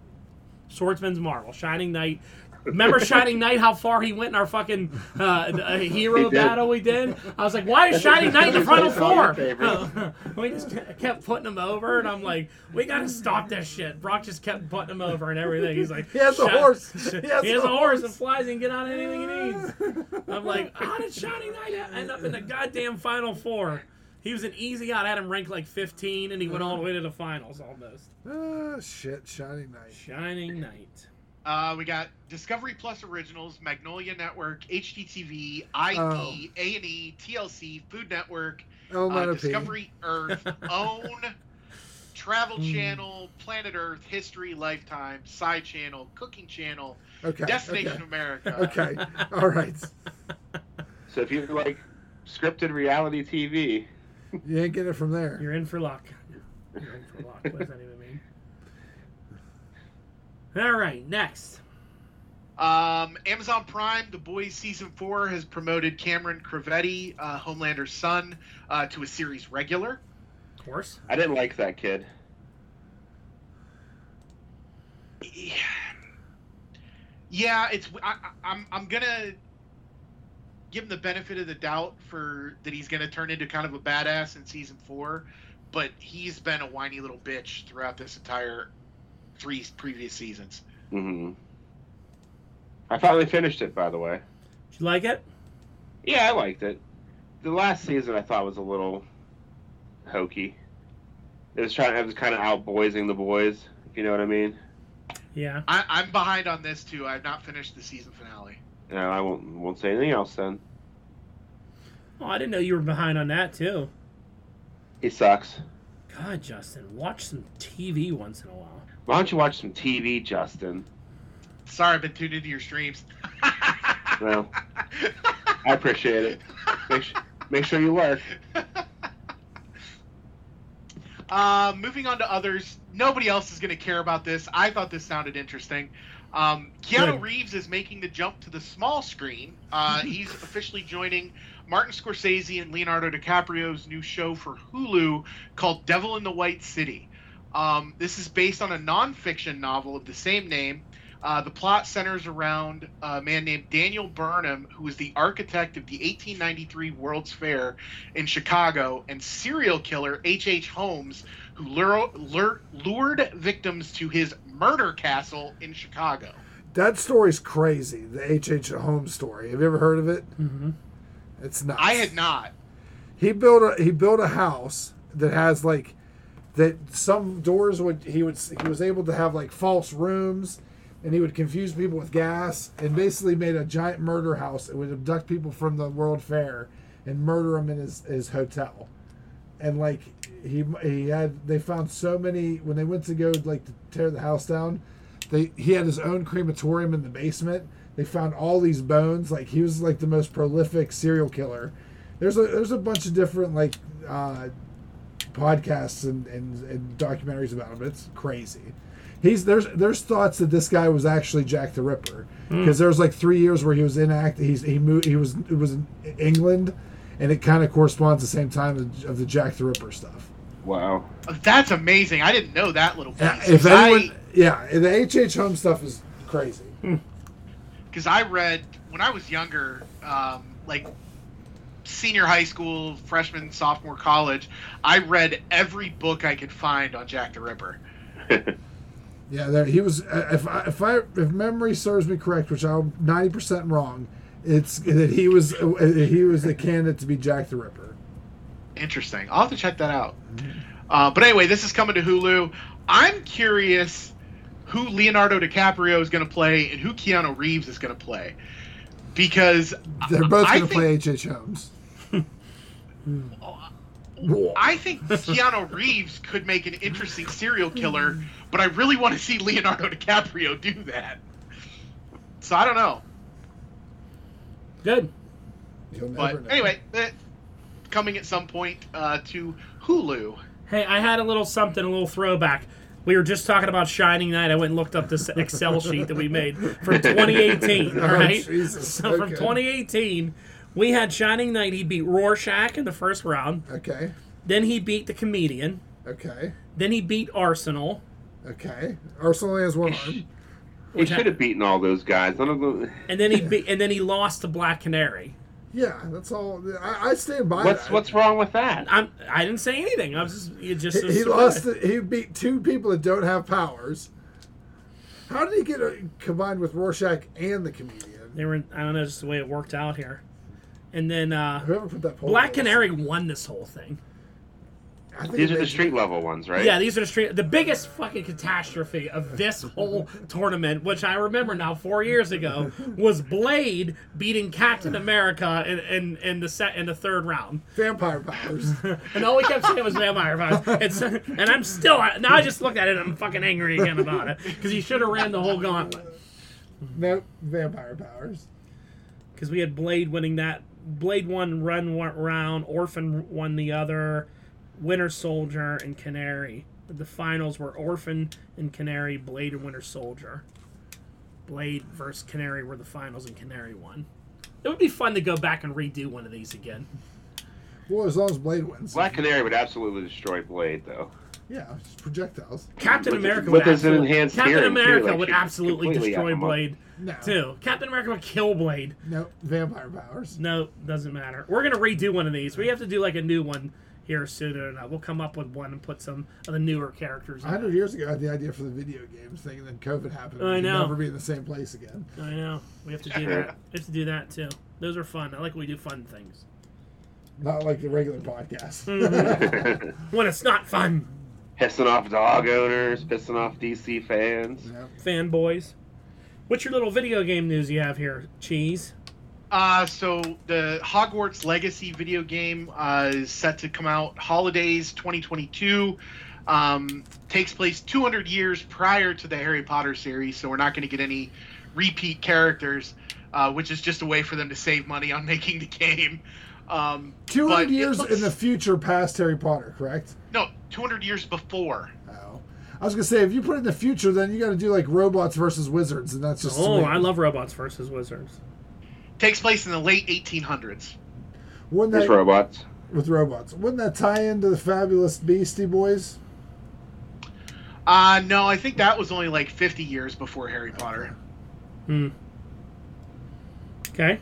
Swordsman's Marvel. Shining Knight. Remember Shining Knight? How far he went in our fucking uh, th- uh,
He
hero
did.
battle we did? I was like, why is Shining Knight in the final
That's all your
four?
favorite.
*laughs* we just ke- kept putting him over, and I'm like, we gotta stop this shit. Brock just kept putting him over and everything. He's like,
He has a
"Shut- *laughs*
horse.
He has,
He has
a,
a
horse that flies and get on anything he needs. I'm like, how did Shining Knight end up in the goddamn final four? He was an easy out. I had him ranked like 15, and he went all the way to the finals almost.
Ah, shit, Shining Knight.
Shining Knight.
Uh, we got Discovery Plus Originals, Magnolia Network, HGTV, ID, E, A and E, TLC, Food Network, uh,
Elemental Oh, P.
Discovery Earth, Own, Travel Channel, Planet Earth, History, Lifetime, Side Channel, Cooking Channel,
Okay.
Destination America.
Okay.
*laughs*
okay. All right.
So if you like scripted reality TV,
You ain't getting it from there.
You're in for luck. You're in for luck. What does that even mean? All right, next.
Um, Amazon Prime, The Boys season four has promoted Cameron Cravetti, uh, Homelander's son, uh, to a series regular.
Of course.
I didn't like that kid.
Yeah, it's. I, I- I'm. I'm gonna give him the benefit of the doubt for that he's gonna turn into kind of a badass in season four, but he's been a whiny little bitch throughout this entire three previous seasons.
hmm I finally finished it, by the way.
Did you like it?
Yeah, I liked it. The last season I thought was a little hokey. It was trying. It was kind of outboysing the boys. If you know what I mean.
Yeah.
I, I'm behind on this too. I've not finished the season finale.
And I won't won't say anything else then.
Oh, I didn't know you were behind on that too.
He sucks.
God, Justin, watch some TV once in a while.
Why don't you watch some TV, Justin?
Sorry, I've been tuned into your streams. *laughs*
Well, I appreciate it. Make, su make sure you lurk.
Uh, moving on to others, nobody else is going to care about this. I thought this sounded interesting. Um, Keanu
Good.
Reeves is making the jump to the small screen. Uh, he's officially joining Martin Scorsese and Leonardo DiCaprio's new show for Hulu called Devil in the White City. Um, this is based on a nonfiction novel of the same name. Uh, the plot centers around a man named Daniel Burnham, who is the architect of the 1893 World's Fair in Chicago, and serial killer H.H. Holmes, who lure, lure, lured victims to his murder castle in Chicago.
That story's crazy. The H.H. Holmes story. Have you ever heard of it?
Mm-hmm.
It's nuts.
I had not.
He built a he built a house that has like that some doors would he would he was able to have like false rooms and he would confuse people with gas and basically made a giant murder house and would abduct people from the world fair and murder them in his, his hotel and like he he had they found so many when they went to go like to tear the house down they he had his own crematorium in the basement they found all these bones like he was like the most prolific serial killer there's a there's a bunch of different like uh podcasts and, and, and documentaries about him. It's crazy. He's there's there's thoughts that this guy was actually Jack the Ripper because
Hmm.
there was like three years where he was in act. He's he moved. He was it was in England, and it kind of corresponds the same time of, of the Jack the Ripper stuff.
Wow.
Uh, That's amazing. I didn't know that little piece.
Yeah, Uh, if
'Cause I- Hmm.
anyone, yeah, the H H Home stuff is crazy.
because I read when I was younger, um, like senior high school, freshman, sophomore, college. I read every book I could find on Jack the Ripper.
Yeah, there he was. uh, If I, if I if memory serves me correct, which I'm ninety percent wrong, it's that he was uh, he was a candidate to be Jack the Ripper.
Interesting. I'll have to check that out.
Mm-hmm.
Uh, but anyway, this is coming to Hulu. I'm curious who Leonardo DiCaprio is going to play and who Keanu Reeves is going to play because
They're both
I
going to
think-
play H H
*laughs*
Holmes. Hmm.
I think Keanu Reeves could make an interesting serial killer, but I really want to see Leonardo DiCaprio do that. So I don't know.
Good.
You'll never
But
know.
anyway, eh, coming at some point uh, to Hulu.
Hey, I had a little something, a little throwback. We were just talking about Shining Night. I went and looked up this Excel sheet that we made
*laughs*
from 2018. All
Oh,
right.
Jesus,
so from
okay.
2018, we had Shining Night. He beat Rorschach in the first round.
Okay.
Then he beat the comedian.
Okay.
Then he beat Arsenal.
Okay. Arsenal only has one
*coughs*
arm.
He should have beaten all those guys. None of them.
And then he beat, and then he lost to Black Canary.
Yeah, that's all. I, I stand by
What's
that.
what's wrong with that?
I'm I didn't say anything. I was just you just
He, he lost. the- He beat two people that don't have powers. How did he get uh, combined with Rorschach and the comedian?
They were I don't know just the way it worked out here. And then uh,
Whoever put that poll.
Black
together,
Canary won this whole thing.
I think
These
it
are the
made-
street level ones, right?
Yeah, these are the street. The biggest fucking catastrophe of this whole tournament, which I remember now four years ago, was Blade beating Captain America in, in, in the set in the third round,
Vampire
*laughs*
powers.
and all we kept saying was vampire vibes. It's, and I'm still now. I just looked at it. and I'm fucking angry again about it because he should have ran the whole gauntlet.
nope. Vampire powers.
because we had Blade winning that. Blade won Run one round, Orphan won the other, Winter Soldier and Canary. The finals were Orphan and Canary, Blade and Winter Soldier. Blade versus Canary were the finals, and Canary won. It would be fun to go back and redo one of these again.
Well, as long as Blade wins.
Black Canary would absolutely destroy Blade, though. *laughs*
Yeah, it's projectiles.
Captain
With-
America would
with his
absolutely,
enhanced
Captain
hearing, too,
America
like,
would
she's
absolutely
completely out
destroy
of
Blade
No.
too. Captain America would kill Blade.
No vampire powers.
No, doesn't matter. We're gonna redo one of these. We have to do like a new one here soon or not. We'll come up with one and put some of the newer characters.
A
In.
hundred years ago, I had the idea for the video games thing, and then COVID happened.
I
We'd
know.
Never be in the same place again.
I know. We have to do that. We have to do that too. Those are fun. I like when we do fun things.
Not like the regular podcast.
Mm-hmm.
When it's not fun,
pissing off dog owners, pissing off DC fans.
Yep.
fanboys. What's your little video game news you have here, Cheese?
Uh, so the Hogwarts Legacy video game uh, is set to come out holidays 2022. Um, takes place 200 years prior to the Harry Potter series, so we're not going to get any repeat characters, uh, which is just a way for them to save money on *laughs* making the game. Um,
Two
but
hundred
it
years
looks-
in the future, past Harry Potter, correct?
no 200 years before.
Oh. I was gonna say, if you put it in the future, then you got to do like robots versus wizards, and that's just.
Oh,
weird.
I love robots versus wizards.
Takes place in the late 1800s.
Wouldn't
There's
that
robots.
with robots? Wouldn't that tie into the fabulous Beastie Boys?
Uh, no, I think that was only like 50 years before Harry Potter.
Hmm. Okay.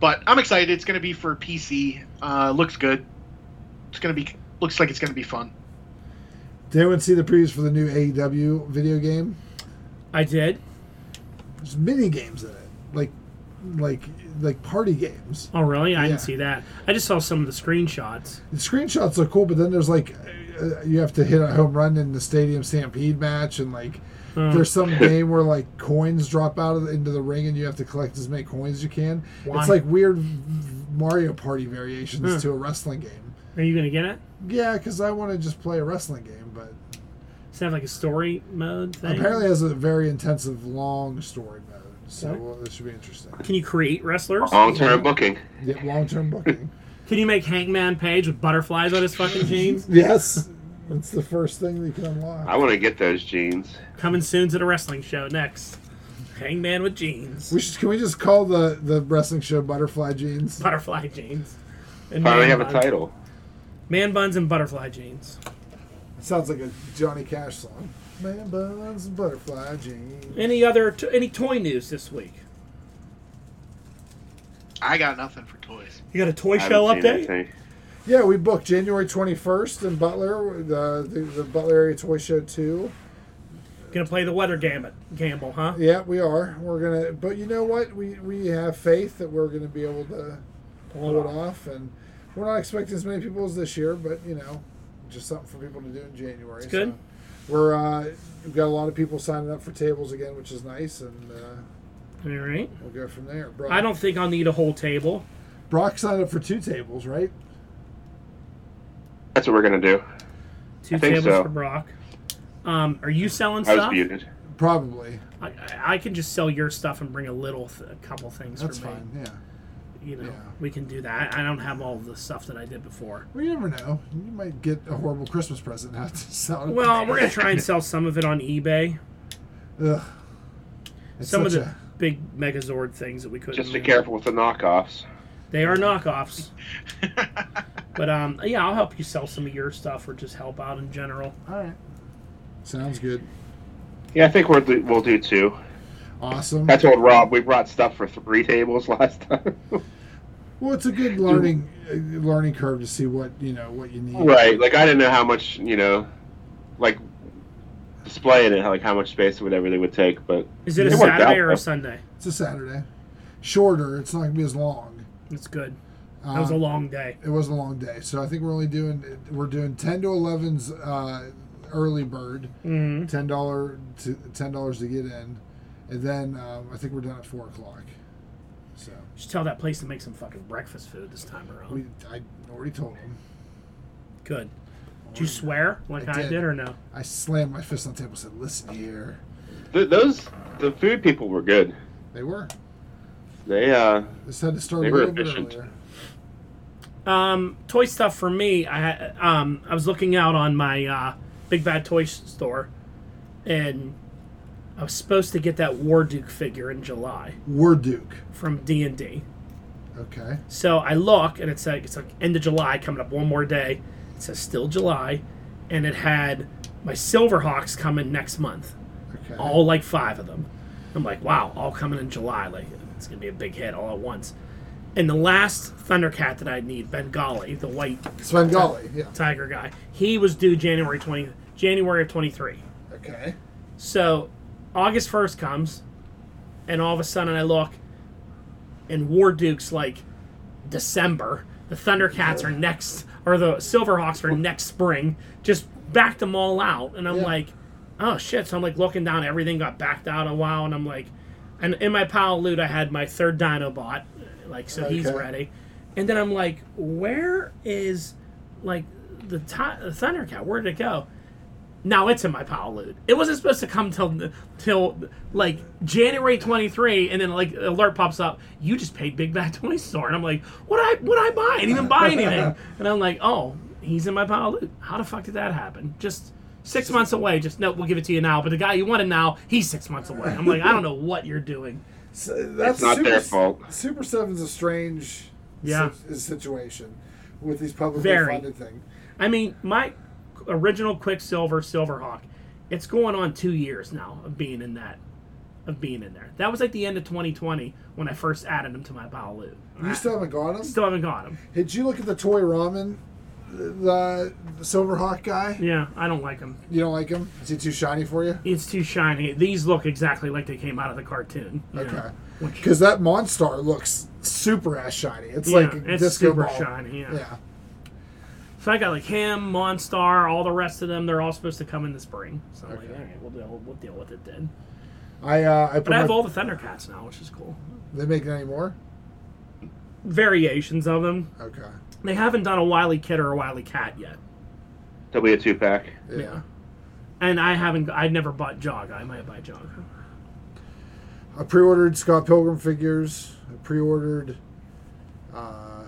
But I'm excited. It's going to be for PC. Uh, looks good. It's going to be looks like it's going to be fun.
Did anyone see the previews for the new AEW video game?
I did
There's mini games in it, like, like, like party games.
Oh, really? I
Yeah.
didn't see that. I just saw some of the screenshots.
The screenshots look cool, but then there's like, uh, you have to hit a home run in the stadium stampede match, and like,
Hmm. *laughs*
there's some game where like coins drop out of the, into the ring, and you have to collect as many coins as you can.
Why?
It's like weird Mario Party variations
Hmm.
to a wrestling game.
Are you going to get it?
Yeah, because I want to just play a wrestling game, but
Does it have like a story mode thing?
apparently it has a very intensive, long story mode. So
Okay.
well, this should be interesting.
Can you create wrestlers?
Long term booking.
Yeah,
*laughs*
long-term booking.
Can you make Hangman Page with butterflies on his fucking
*laughs*
jeans?
yes, it's the first thing that you can
I
unlock.
want to get those jeans.
Coming soon to the wrestling show next. Hangman with jeans.
We should. Can we just call the the wrestling show Butterfly Jeans?
Butterfly jeans. And
Finally
man
have a
bun-
title.
Man buns and butterfly jeans.
sounds like a Johnny Cash song. Man buns, butterfly jeans.
Any other t- any toy news this week?
I got nothing for toys. *laughs*
You got a toy
I haven't
show
seen
update?
anything.
Yeah, we booked January twenty first in Butler, the, the the Butler Area Toy Show two.
Gonna play the weather gamut gamble, huh?
Yeah, we are. We're gonna, but you know what? We we have faith that we're gonna be able to pull it off, and we're not expecting as many people as this year. But you know, just something for people to do in January.
It's good.
So we're uh, we've got a lot of people signing up for tables again, which is nice, and uh,
All right.
we'll go from there. Brock,
I don't think I'll need a whole table.
Brock signed up for two tables, right?
That's what we're gonna do.
Two
I think
tables
so.
for Brock. Um, are you selling
I was
stuff?
muted.
Probably.
I, I- I can just sell your stuff and bring a little, th- a couple things
That's
for me.
fine. Yeah.
You know,
Yeah.
we can do that. I don't have all the stuff that I did
*laughs*
before.
Well, you never know. You might get a horrible Christmas present and have to *laughs* sell it.
Well, we're gonna try and sell some of it on eBay.
Ugh. It's
some of
such
the big Megazord things that we couldn't.
Just be
do.
careful with the knockoffs.
They are knockoffs. but um, yeah, I'll help you sell some of your stuff or just help out in general.
a- All right. Sounds good.
Yeah, I think we're, we'll do two.
Awesome.
I told Rob we brought stuff for three tables *laughs* last time.
Well, it's a good learning uh, learning curve to see what you know what you need.
right. Like I didn't know how much you know, like displaying it, like how much space or whatever they would take. But
Is it a
It worked
Saturday
out,
or a
though.
Sunday?
It's a Saturday, shorter. It's not gonna be as long.
It's good.
Um,
That was a long day.
It was a long day, so I think we're only doing we're doing ten to 11's uh, early bird,
hmm
ten dollar to ten dollars to get in, and then um, I think we're done at four o'clock. So
Just tell that place to make some fucking breakfast food this time around.
we I already told him.
Good. Did you swear like
I
I did,
did.
or no?
I slammed my fist on the table. and Said, "Listen here."
th- those the food people were good.
They were.
They uh
This had to start
They
a
were
little bit
efficient.
earlier.
Um, toy stuff for me. I had- um, I was looking out on my uh, Big Bad Toy S- Store, and I was supposed to get that War Duke figure in July
War Duke.
from D and D.
Okay.
So I look, and it's like it's like end of July coming up one more day. It says still July, and it had my Silverhawks coming next month,
Okay.
Oh.
all like five of them. I'm like, wow, all coming in July. Like it's gonna be a big hit all at once. And the last Thundercat that I need, Bengali, the white
Svengali. Yeah.
tiger guy, he was due January twenty January of twenty three.
Okay.
So August 1st comes, and all of a sudden I look, and War Duke's like December. The Thundercats are next, or the Silverhawks are next spring. Just backed them all out. And I'm
Yeah.
like, oh shit. So I'm like looking down, everything got backed out a while, and I'm like, and in my pile of loot, I had my third Dinobot, like, so he's
Okay.
ready. And then I'm like, where is, like, the, ti- the Thundercat? Where did it go? Now it's in my pile of loot. It wasn't supposed to come till till like January 23, and then like alert pops up. You just paid Big Bad Toy Store, and I'm like, what I what I buy? I didn't even buy anything. and I'm like, oh, he's in my pile of loot. How the fuck did that happen? Just six months away. Just no, we'll give it to you now. But the guy you wanted now, he's six months away. I'm like, I don't know what you're doing.
So that's
It's not
super,
their fault.
Super Seven's a strange
Yeah.
si- situation with these publicly
Very.
funded thing.
I mean, my original Quicksilver Silverhawk, it's going on two years now of being in that, of being in there. That was like the end of 2020 when I first added them to my pile of loot.
You still haven't got him.
Still haven't got him.
Did you look at the toy ramen, the, the Silverhawk guy?
Yeah, I don't like him.
You don't like him? Is he too shiny for you?
It's too shiny. These look exactly like they came out of the cartoon. you know,
Okay.
which-
Because that Monstar looks super ass shiny. It's
yeah,
like a
it's
disco
super
ball.
shiny. Yeah.
Yeah.
So I got like him, Monstar, all the rest of them. They're all supposed to come in the spring. So I'm like,
Okay.
all right, we'll deal, we'll deal with it then.
I uh, I put
But I have
my,
all the Thundercats now, which is cool.
they make it anymore.
Variations of them.
Okay.
They haven't done a Wily Kid or a Wily Cat yet.
There'll be a two pack.
Yeah.
Yeah. And I haven't. I never bought Jog. I might buy Jog.
I pre-ordered Scott Pilgrim figures. I pre-ordered uh,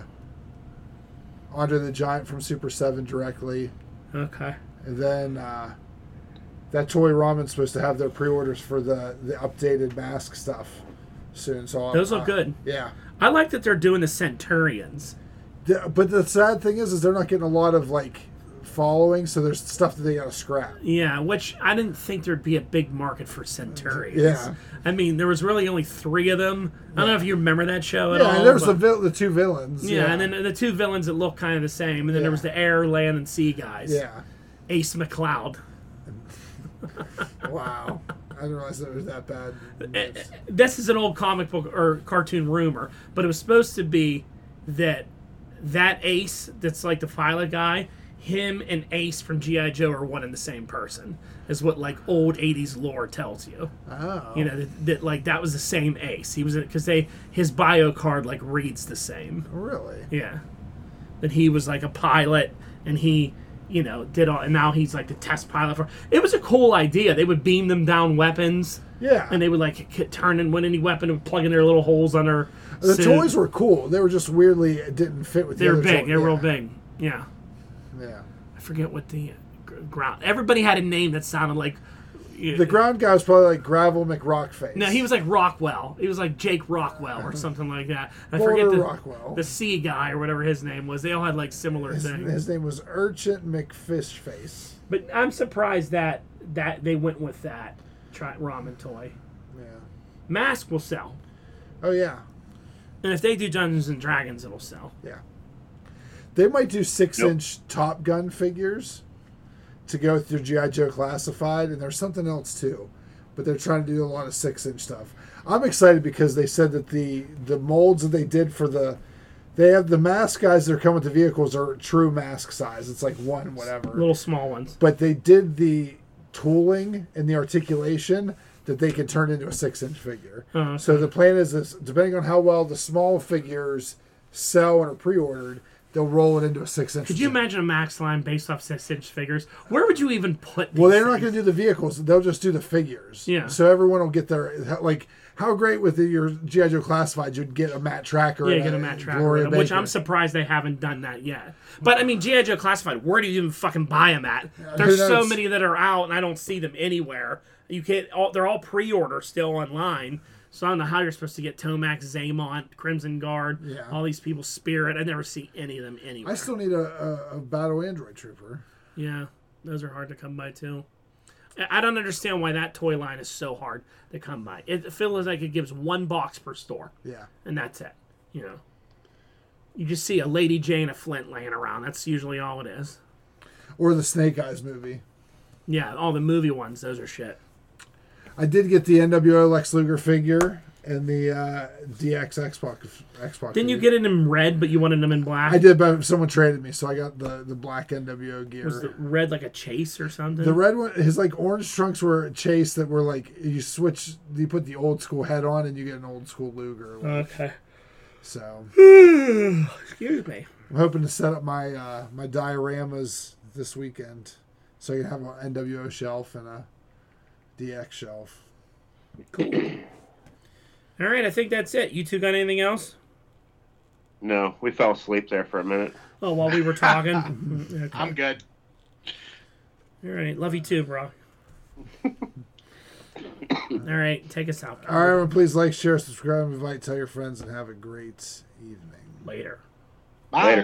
Andre the Giant from Super Seven directly.
Okay.
And then uh, that Toy Ramen's supposed to have their pre-orders for the the updated mask stuff soon. So I'm-
Those
uh,
look good.
Yeah,
I like that they're doing the Centurions.
The- but the sad thing is, is they're not getting a lot of like following. So there's stuff that they gotta scrap.
Yeah, which I didn't think there'd be a big market for Centurions.
Yeah.
I mean, there was really only three of them. I don't know if you remember that show at
Yeah,
all.
and there's the
but-
vil- the two villains.
yeah, and then the two villains that look kind of the same, and then
Yeah.
there was the air, land, and sea guys.
yeah,
Ace McLeod.
wow. I didn't realize it was
*laughs*
that bad.
this is an old comic book or cartoon rumor, but it was supposed to be that that Ace, that's like the pilot guy, him and Ace from GI Joe are one and the same person, is what like old '80s lore tells you.
Oh,
You know that, that like that was the same Ace. He was because they his bio card like reads the same.
Oh, really?
Yeah, that he was like a pilot and he. You know, did all, and now he's like the test pilot for. It was a cool idea. They would beam them down weapons
Yeah.
and they would like k- turn and win any weapon and plug in their little holes on their.
The
suit.
toys were cool. They were just weirdly it didn't fit with.
they
the
were
other
big.
toy-
They were
yeah.
real big. Yeah,
Yeah.
I forget what the uh, gr- ground. Everybody had a name that sounded like.
The ground guy was probably like Gravel McRockface.
No, he was like Rockwell. He was like Jake Rockwell or something like that. I
Boulder
forget the
Rockwell.
the sea guy or whatever his name was. They all had like similar
his,
things.
his name was Urchin McFishface.
But I'm surprised that that they went with that try, ramen toy.
Yeah.
Mask will sell,
Oh yeah.
and if they do Dungeons and Dragons, it'll sell.
Yeah. They might do six
Yep.
inch Top Gun figures to go through GI Joe Classified, and there's something else too, but they're trying to do a lot of six inch stuff. I'm excited because they said that the the molds that they did for the they have the mask guys that are coming to vehicles are true mask size. It's like one whatever.
Little small ones.
but they did the tooling and the articulation that they could turn into a six inch figure.
Uh,
So the plan is this: depending on how well the small figures sell and are pre-ordered, they'll roll it into a six-inch.
Could you imagine a max line based off six-inch figures? Where would you even put? These
Well, they're not
things?
going to do the vehicles; they'll just do the figures.
Yeah.
So everyone will get their like. How great with the, your GI Joe classified you'd get a Matt Tracker.
Yeah,
and
get a
a
Matt
Gloria
Tracker, which I'm
Baker.
surprised they haven't done that yet. But I mean, GI Joe Classified. Where do you even fucking buy them at? There's so
knows?
many that are out, and I don't see them anywhere. You can't. All, they're all pre-order still online. So I don't know how you're supposed to get Tomac, Zaymont, Crimson Guard,
Yeah.
all these people. Spirit. I never see any of them anywhere.
I still need a, a, a battle android trooper.
Yeah, those are hard to come by too. I I don't understand why that toy line is so hard to come by. It feels like it gives one box per store,
Yeah.
and that's it. You know, you just see a Lady Jane of Flint laying around. That's usually all it is.
Or the Snake Eyes movie.
Yeah, all the movie ones, those are shit.
I did get the NWO Lex Luger figure and the uh, DX Xbox. Xbox
Didn't you
figure.
get it in red, but you wanted them in black?
Mm-hmm. I did, but someone traded me, so I got the, the black NWO gear.
Was the red like a chase or something?
The red one, his like orange trunks were chase that were like you switch, you put the old school head on and you get an old school Luger. like,
Okay.
So
Excuse me.
I'm hoping to set up my uh, my dioramas this weekend, so I can have an NWO shelf and a DX shelf.
All right, I think that's it. You two got anything else?
No, we fell asleep there for a minute.
Oh, while we were
*laughs*
talking. Mm, okay.
I'm good.
All right, love you too, bro. All right, take us out
All right, everyone, please like, share, subscribe, invite, tell your friends, and have a great evening.
later.
Bye.
Later.